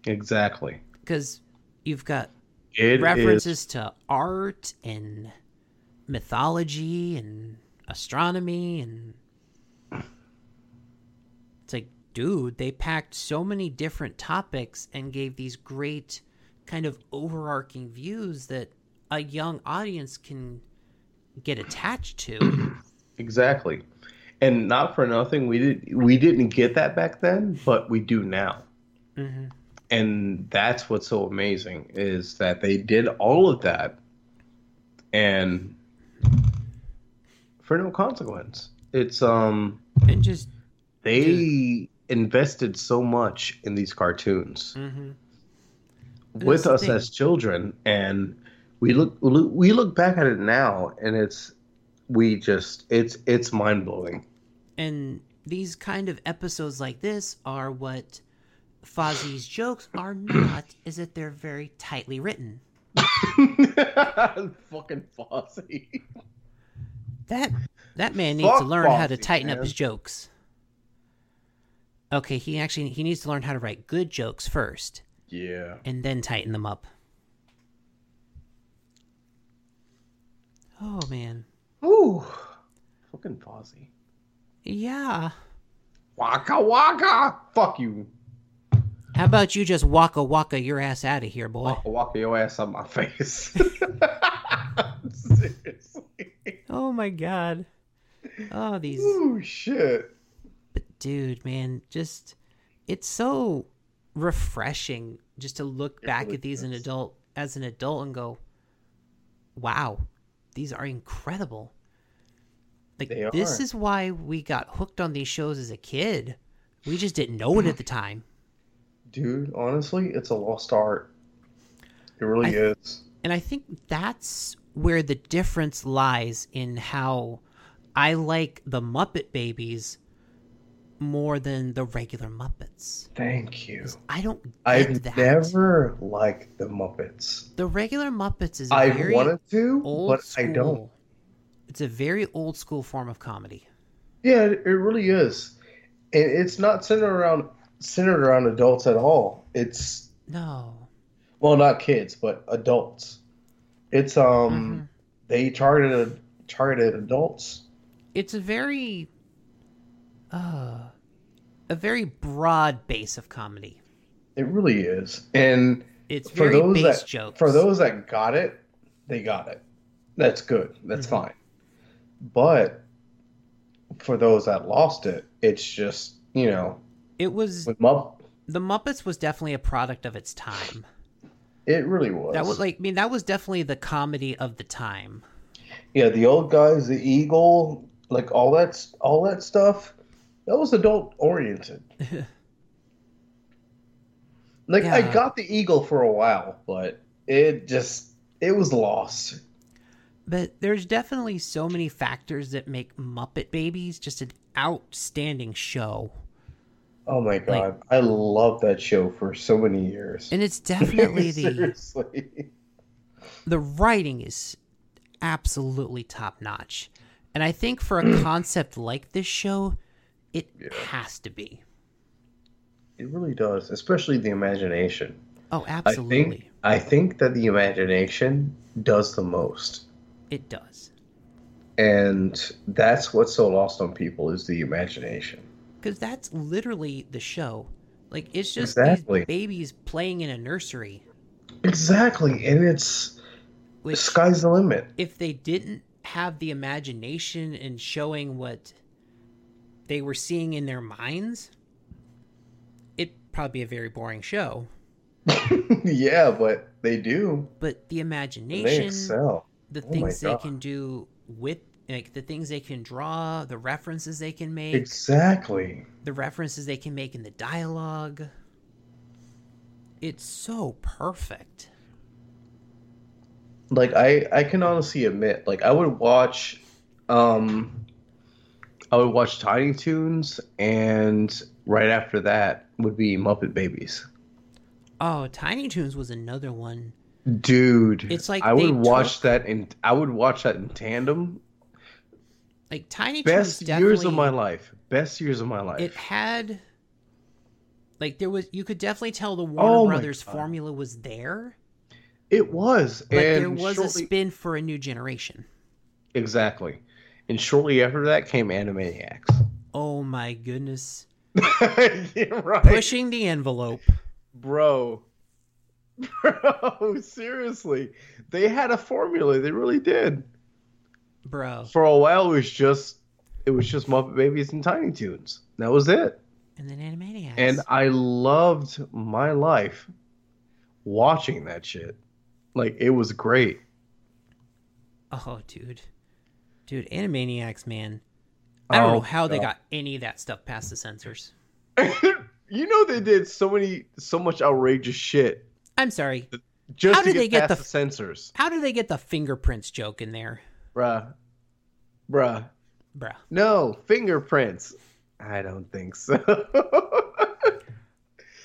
Speaker 2: Exactly.
Speaker 1: because you've got
Speaker 2: It is-
Speaker 1: references to art and mythology and astronomy and it's like dude they packed so many different topics and gave these great kind of overarching views that a young audience can get attached to *coughs*
Speaker 2: exactly. And not for nothing, we did we didn't get that back then, but we do now.
Speaker 1: hmm
Speaker 2: and that's what's so amazing is that they did all of that and for no consequence it's um
Speaker 1: and just
Speaker 2: they invested so much in these cartoons
Speaker 1: mhm.
Speaker 2: with
Speaker 1: the
Speaker 2: us
Speaker 1: thing.
Speaker 2: as children and we look we look back at it now and it's we just it's it's *laughs* mind-blowing
Speaker 1: and these kind of episodes like this are what Fozzie's jokes are not is that they're very tightly written
Speaker 2: fucking Fozzie.
Speaker 1: That that man needs to
Speaker 2: Fuck
Speaker 1: learn how to
Speaker 2: Foxy,
Speaker 1: tighten up
Speaker 2: man.
Speaker 1: his jokes. Okay, he actually he needs to learn how to write good jokes first
Speaker 2: yeah
Speaker 1: and then tighten them up. Oh man. Oh,
Speaker 2: ooh fucking Fozzie.
Speaker 1: Yeah.
Speaker 2: Waka waka. Fuck you.
Speaker 1: How about you just waka waka your ass out of here, boy?
Speaker 2: Waka waka your ass on my face. *laughs* Seriously.
Speaker 1: Oh my god. Oh, these.
Speaker 2: Ooh, shit.
Speaker 1: But dude, man, just. It's so refreshing just to look back at these an adult as an adult and go, wow, these are incredible. Like
Speaker 2: They
Speaker 1: this
Speaker 2: are.
Speaker 1: is why we got hooked on these shows as a kid. We just didn't know it at the time.
Speaker 2: Dude, honestly, it's a lost art. It really is.
Speaker 1: And I think that's where the difference lies in how I like the Muppet Babies more than the regular Muppets.
Speaker 2: Thank you.
Speaker 1: I don't get
Speaker 2: I've
Speaker 1: that.
Speaker 2: never liked the Muppets.
Speaker 1: The regular Muppets is a
Speaker 2: I
Speaker 1: very
Speaker 2: wanted to,
Speaker 1: old
Speaker 2: but
Speaker 1: school.
Speaker 2: I don't.
Speaker 1: It's a very old school form of comedy.
Speaker 2: Yeah, it, it really is. And it's not centered around centered around adults at all. It's
Speaker 1: No.
Speaker 2: well, not kids, but adults. It's um
Speaker 1: Mm-hmm.
Speaker 2: they targeted targeted adults.
Speaker 1: It's a very uh a very broad base of comedy.
Speaker 2: It really is. And
Speaker 1: It's
Speaker 2: for
Speaker 1: very
Speaker 2: those
Speaker 1: base
Speaker 2: that
Speaker 1: jokes.
Speaker 2: for those that got it, they got it. That's good. That's
Speaker 1: Mm-hmm.
Speaker 2: fine. But for those that lost it, it's just you know
Speaker 1: it was
Speaker 2: with Mupp,
Speaker 1: the Muppets was definitely a product of its time.
Speaker 2: it really was.
Speaker 1: That was like, I mean, that was definitely the comedy of the time.
Speaker 2: Yeah, the old guys, the eagle, like all that, all that stuff. That was adult
Speaker 1: *laughs*
Speaker 2: oriented. like I
Speaker 1: Yeah.
Speaker 2: got the eagle for a while, but it just it was lost.
Speaker 1: But there's definitely so many factors that make Muppet Babies just an outstanding show.
Speaker 2: Oh my god, I loved that show for so many years. *laughs*
Speaker 1: And it's *laughs* definitely the
Speaker 2: Seriously.
Speaker 1: the writing is absolutely top notch. And I think for
Speaker 2: Mm.
Speaker 1: a concept like this show, it has to be.
Speaker 2: It really does, especially the imagination.
Speaker 1: Oh,
Speaker 2: I think
Speaker 1: absolutely.
Speaker 2: I think that the imagination does the most.
Speaker 1: It does.
Speaker 2: And that's what's so lost on people is the imagination.
Speaker 1: Because that's literally the show. Like, it's just
Speaker 2: Exactly.
Speaker 1: these babies playing in a nursery.
Speaker 2: Exactly, and it's
Speaker 1: Which,
Speaker 2: sky's the limit. *laughs*
Speaker 1: if they didn't have the imagination and showing what they were seeing in their minds, it'd probably be a very boring show.
Speaker 2: yeah, but they do.
Speaker 1: But the
Speaker 2: and They
Speaker 1: imagination,
Speaker 2: excel.
Speaker 1: the
Speaker 2: Oh my
Speaker 1: things they
Speaker 2: God.
Speaker 1: can do with, like the things they can draw, the references they can make,
Speaker 2: Exactly.
Speaker 1: the references they can make in the dialogue. It's so perfect.
Speaker 2: Like I, I can honestly admit, like I would watch, um, I would watch Tiny Toons, and right after that would be Muppet Babies.
Speaker 1: Oh, Tiny Toons was another one.
Speaker 2: Dude,
Speaker 1: It's like
Speaker 2: I
Speaker 1: they
Speaker 2: would watch that in, I would watch that in tandem.
Speaker 1: Like Tiny
Speaker 2: Best
Speaker 1: Toons definitely
Speaker 2: years of my life. Best years of my life.
Speaker 1: it had like there was you could definitely tell the Warner
Speaker 2: Oh my
Speaker 1: Brothers
Speaker 2: God.
Speaker 1: formula was there,
Speaker 2: It was,
Speaker 1: but
Speaker 2: and
Speaker 1: there was a
Speaker 2: shortly-
Speaker 1: spin for a new generation.
Speaker 2: Exactly. And shortly after that came Animaniacs. *laughs*
Speaker 1: Oh my goodness.
Speaker 2: yeah, right.
Speaker 1: Pushing the envelope.
Speaker 2: Bro. *laughs* Bro, seriously. They had a formula, they really did.
Speaker 1: Bro.
Speaker 2: For a while it was just it was just Muppet Babies and Tiny Toons. That was it.
Speaker 1: And then Animaniacs.
Speaker 2: And I loved my life watching that shit. Like it was great.
Speaker 1: oh dude. Dude, Animaniacs, man. I don't
Speaker 2: Oh,
Speaker 1: know how they
Speaker 2: God.
Speaker 1: got any of that stuff past the censors.
Speaker 2: you know they did so many so much outrageous shit
Speaker 1: I'm sorry.
Speaker 2: just
Speaker 1: How
Speaker 2: to
Speaker 1: did
Speaker 2: get
Speaker 1: they get
Speaker 2: past
Speaker 1: the-
Speaker 2: the censors.
Speaker 1: How do they get the fingerprints joke in there?
Speaker 2: Bruh. Bruh.
Speaker 1: Bruh.
Speaker 2: No, fingerprints. I don't think so. *laughs*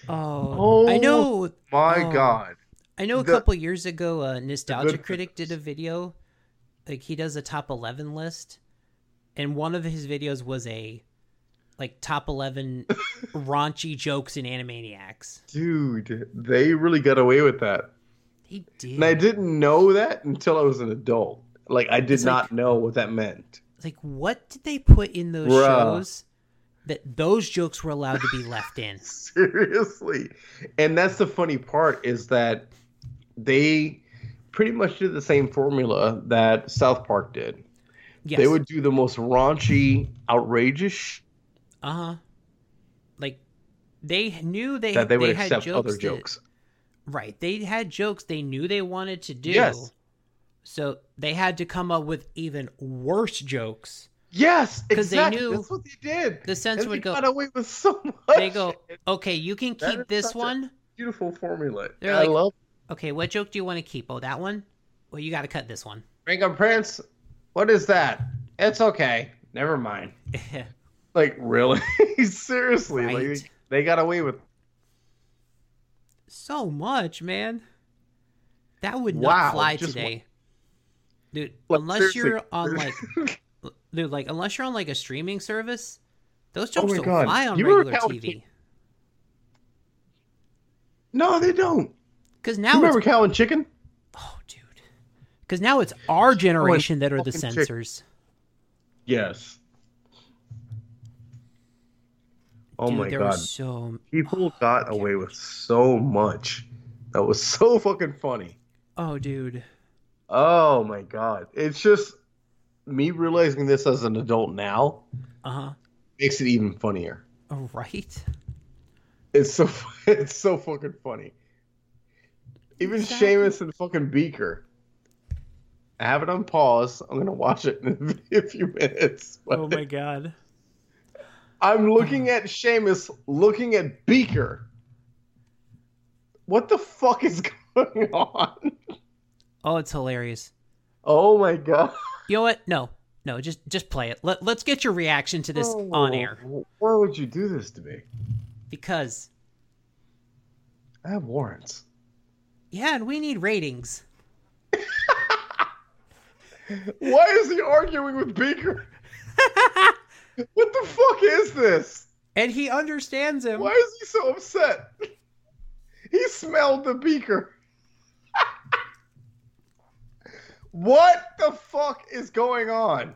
Speaker 1: Oh, I
Speaker 2: Oh,
Speaker 1: know
Speaker 2: My
Speaker 1: Oh.
Speaker 2: God.
Speaker 1: I know a
Speaker 2: The-
Speaker 1: couple years ago, uh, Nostalgia
Speaker 2: good
Speaker 1: Critic did a video. Like he does a top eleven list, and one of his videos was a like
Speaker 2: *laughs*
Speaker 1: top eleven raunchy jokes in Animaniacs.
Speaker 2: Dude, they really got away with that.
Speaker 1: He did.
Speaker 2: And I didn't know that until I was an adult. Like, I did
Speaker 1: It's
Speaker 2: not
Speaker 1: like-
Speaker 2: know what that meant. *laughs*
Speaker 1: Like, what did they put in those
Speaker 2: Bruh.
Speaker 1: shows that those jokes were allowed to be
Speaker 2: *laughs*
Speaker 1: left in.
Speaker 2: Seriously. And that's the funny part is that they pretty much did the same formula that South Park did.
Speaker 1: Yes.
Speaker 2: They would do the most raunchy, outrageous sh-
Speaker 1: Uh huh. Like they knew they
Speaker 2: that they would
Speaker 1: had
Speaker 2: accept
Speaker 1: jokes
Speaker 2: other
Speaker 1: that-
Speaker 2: jokes.
Speaker 1: right. They had jokes they knew they wanted to do.
Speaker 2: Yes.
Speaker 1: So they had to come up with even worse
Speaker 2: *laughs*
Speaker 1: jokes.
Speaker 2: Yes,
Speaker 1: 'Cause they
Speaker 2: exactly.
Speaker 1: knew
Speaker 2: That's what they did.
Speaker 1: the sense
Speaker 2: and
Speaker 1: would
Speaker 2: they
Speaker 1: go-
Speaker 2: Got away with so much.
Speaker 1: They go, okay, you can
Speaker 2: Oh, That
Speaker 1: keep
Speaker 2: is
Speaker 1: this
Speaker 2: such a-
Speaker 1: one.
Speaker 2: beautiful formula.
Speaker 1: They're
Speaker 2: I
Speaker 1: like-
Speaker 2: love
Speaker 1: Okay, what joke do you want to keep? Oh, that one? Well, you got to cut this one. *laughs*
Speaker 2: Ring of Prince. What is that? It's okay. Never mind. Like really? *laughs* Seriously?
Speaker 1: Right.
Speaker 2: Like they got away with
Speaker 1: so much, man. That would not
Speaker 2: Wow,
Speaker 1: fly
Speaker 2: just
Speaker 1: today. Dude,
Speaker 2: Like,
Speaker 1: unless you're
Speaker 2: seriously. *laughs*
Speaker 1: on like dude, like unless you're on like a streaming service, those jokes
Speaker 2: Oh my
Speaker 1: don't
Speaker 2: God.
Speaker 1: fly on
Speaker 2: You were
Speaker 1: regular
Speaker 2: counting-
Speaker 1: TV.
Speaker 2: No, they don't.
Speaker 1: Cuz
Speaker 2: You
Speaker 1: now
Speaker 2: remember
Speaker 1: it's
Speaker 2: Cow and Chicken?
Speaker 1: oh, dude. Cuz now it's our generation that are the
Speaker 2: fucking chick-
Speaker 1: censors.
Speaker 2: Yes. Oh
Speaker 1: dude,
Speaker 2: my
Speaker 1: there
Speaker 2: god.
Speaker 1: Were so
Speaker 2: People got away with so much. That was *laughs* so fucking funny.
Speaker 1: Oh, dude.
Speaker 2: Oh my god. It's just me realizing this as an adult now
Speaker 1: Uh-huh.
Speaker 2: makes it even funnier.
Speaker 1: Oh, Right?
Speaker 2: It's so *laughs* it's so fucking funny. Even Seamus and fucking Beaker. I have it on pause. I'm gonna watch it in a *laughs* few minutes. but
Speaker 1: Oh my god.
Speaker 2: I'm looking at Seamus, looking at Beaker. What the fuck is *laughs* going on?
Speaker 1: Oh, it's hilarious.
Speaker 2: Oh my god!
Speaker 1: You know what? No. No, just just play it. Let, let's get your reaction to this
Speaker 2: Oh.
Speaker 1: on air
Speaker 2: Why would you do this to me?
Speaker 1: because
Speaker 2: I have warrants.
Speaker 1: yeah, and we need ratings.
Speaker 2: Why is he arguing with
Speaker 1: *laughs*
Speaker 2: Beaker? what the fuck is this?
Speaker 1: And he understands him.
Speaker 2: Why is he so upset? *laughs* He smelled the beaker. *laughs* what the fuck is going on?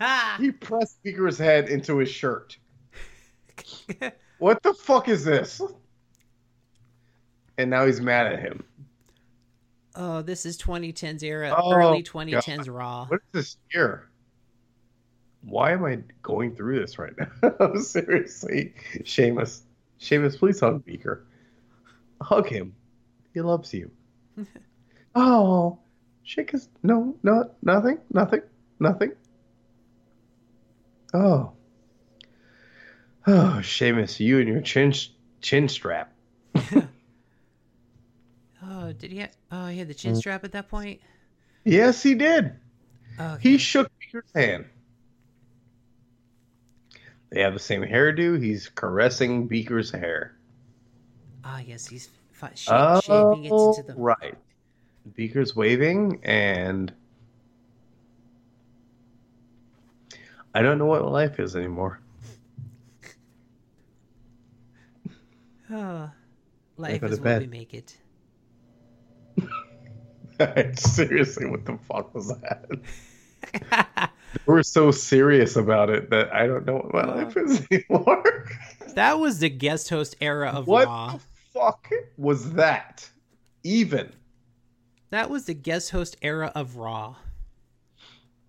Speaker 1: Ha!
Speaker 2: He pressed Beaker's head into his shirt. What the fuck is this? And now he's mad at him.
Speaker 1: *laughs* Oh, this is 2010s era,
Speaker 2: Oh,
Speaker 1: early 2010s Raw.
Speaker 2: What is this year? Why am I going through this right now? *laughs* Seriously, Seamus, Seamus, please hug Beaker. Hug him. He loves you. oh, shake his. No, no, nothing, nothing, nothing. Oh, oh, Seamus, you and your chin chin strap.
Speaker 1: Oh, did he? Have, oh, he had the
Speaker 2: Mm.
Speaker 1: chin strap at that point. Oh,
Speaker 2: Yes, he did.
Speaker 1: Okay.
Speaker 2: He shook Peter's hand. They have the same hairdo. He's caressing Beaker's hair.
Speaker 1: Ah, yes, he's fi- sh-
Speaker 2: Oh,
Speaker 1: shaping it into the
Speaker 2: right. Beaker's waving, and I don't know what life is anymore. *laughs*
Speaker 1: Oh, life
Speaker 2: go
Speaker 1: is
Speaker 2: to
Speaker 1: what
Speaker 2: bed.
Speaker 1: we make it.
Speaker 2: Seriously, what the fuck was that? we were so serious about it that I don't know what my life is anymore.
Speaker 1: *laughs*
Speaker 2: *laughs*
Speaker 1: that was the guest host era of
Speaker 2: what
Speaker 1: Raw.
Speaker 2: the fuck was that? Even.
Speaker 1: That was the guest host era of Raw.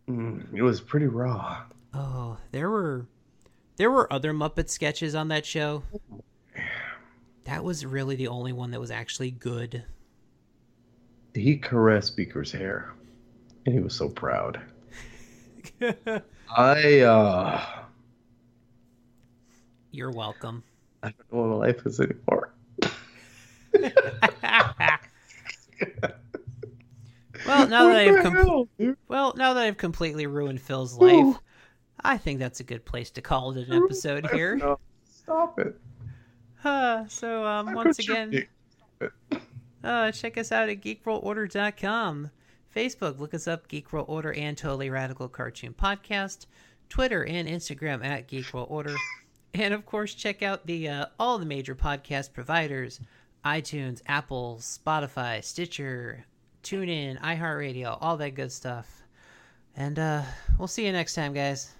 Speaker 2: Mm, it was pretty raw.
Speaker 1: Oh, there were there were other Muppet sketches on
Speaker 2: *sighs*
Speaker 1: that show. That was really the only one that was actually good. *laughs*
Speaker 2: He caressed Beaker's hair, and he was so proud. I uh, *laughs*
Speaker 1: You're welcome.
Speaker 2: I don't know what my life is anymore.
Speaker 1: Well, now that
Speaker 2: What
Speaker 1: I've
Speaker 2: the
Speaker 1: com-
Speaker 2: hell, dude?
Speaker 1: Well, now that I've completely ruined Phil's life, I think that's a good place to call it an episode here.
Speaker 2: No, stop it.
Speaker 1: Uh, so, um,
Speaker 2: How
Speaker 1: once
Speaker 2: could you
Speaker 1: again,
Speaker 2: be-
Speaker 1: uh, check us out at geekrollorder.com. Facebook, look us up, Geek Roll Order and Totally Radical Cartoon Podcast. Twitter and Instagram at Geek Roll Order. And of course, check out the uh, all the major podcast providers iTunes, Apple, Spotify, Stitcher, TuneIn, iHeartRadio, all that good stuff. And uh, we'll see you next time, guys.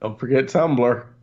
Speaker 2: don't forget Tumblr.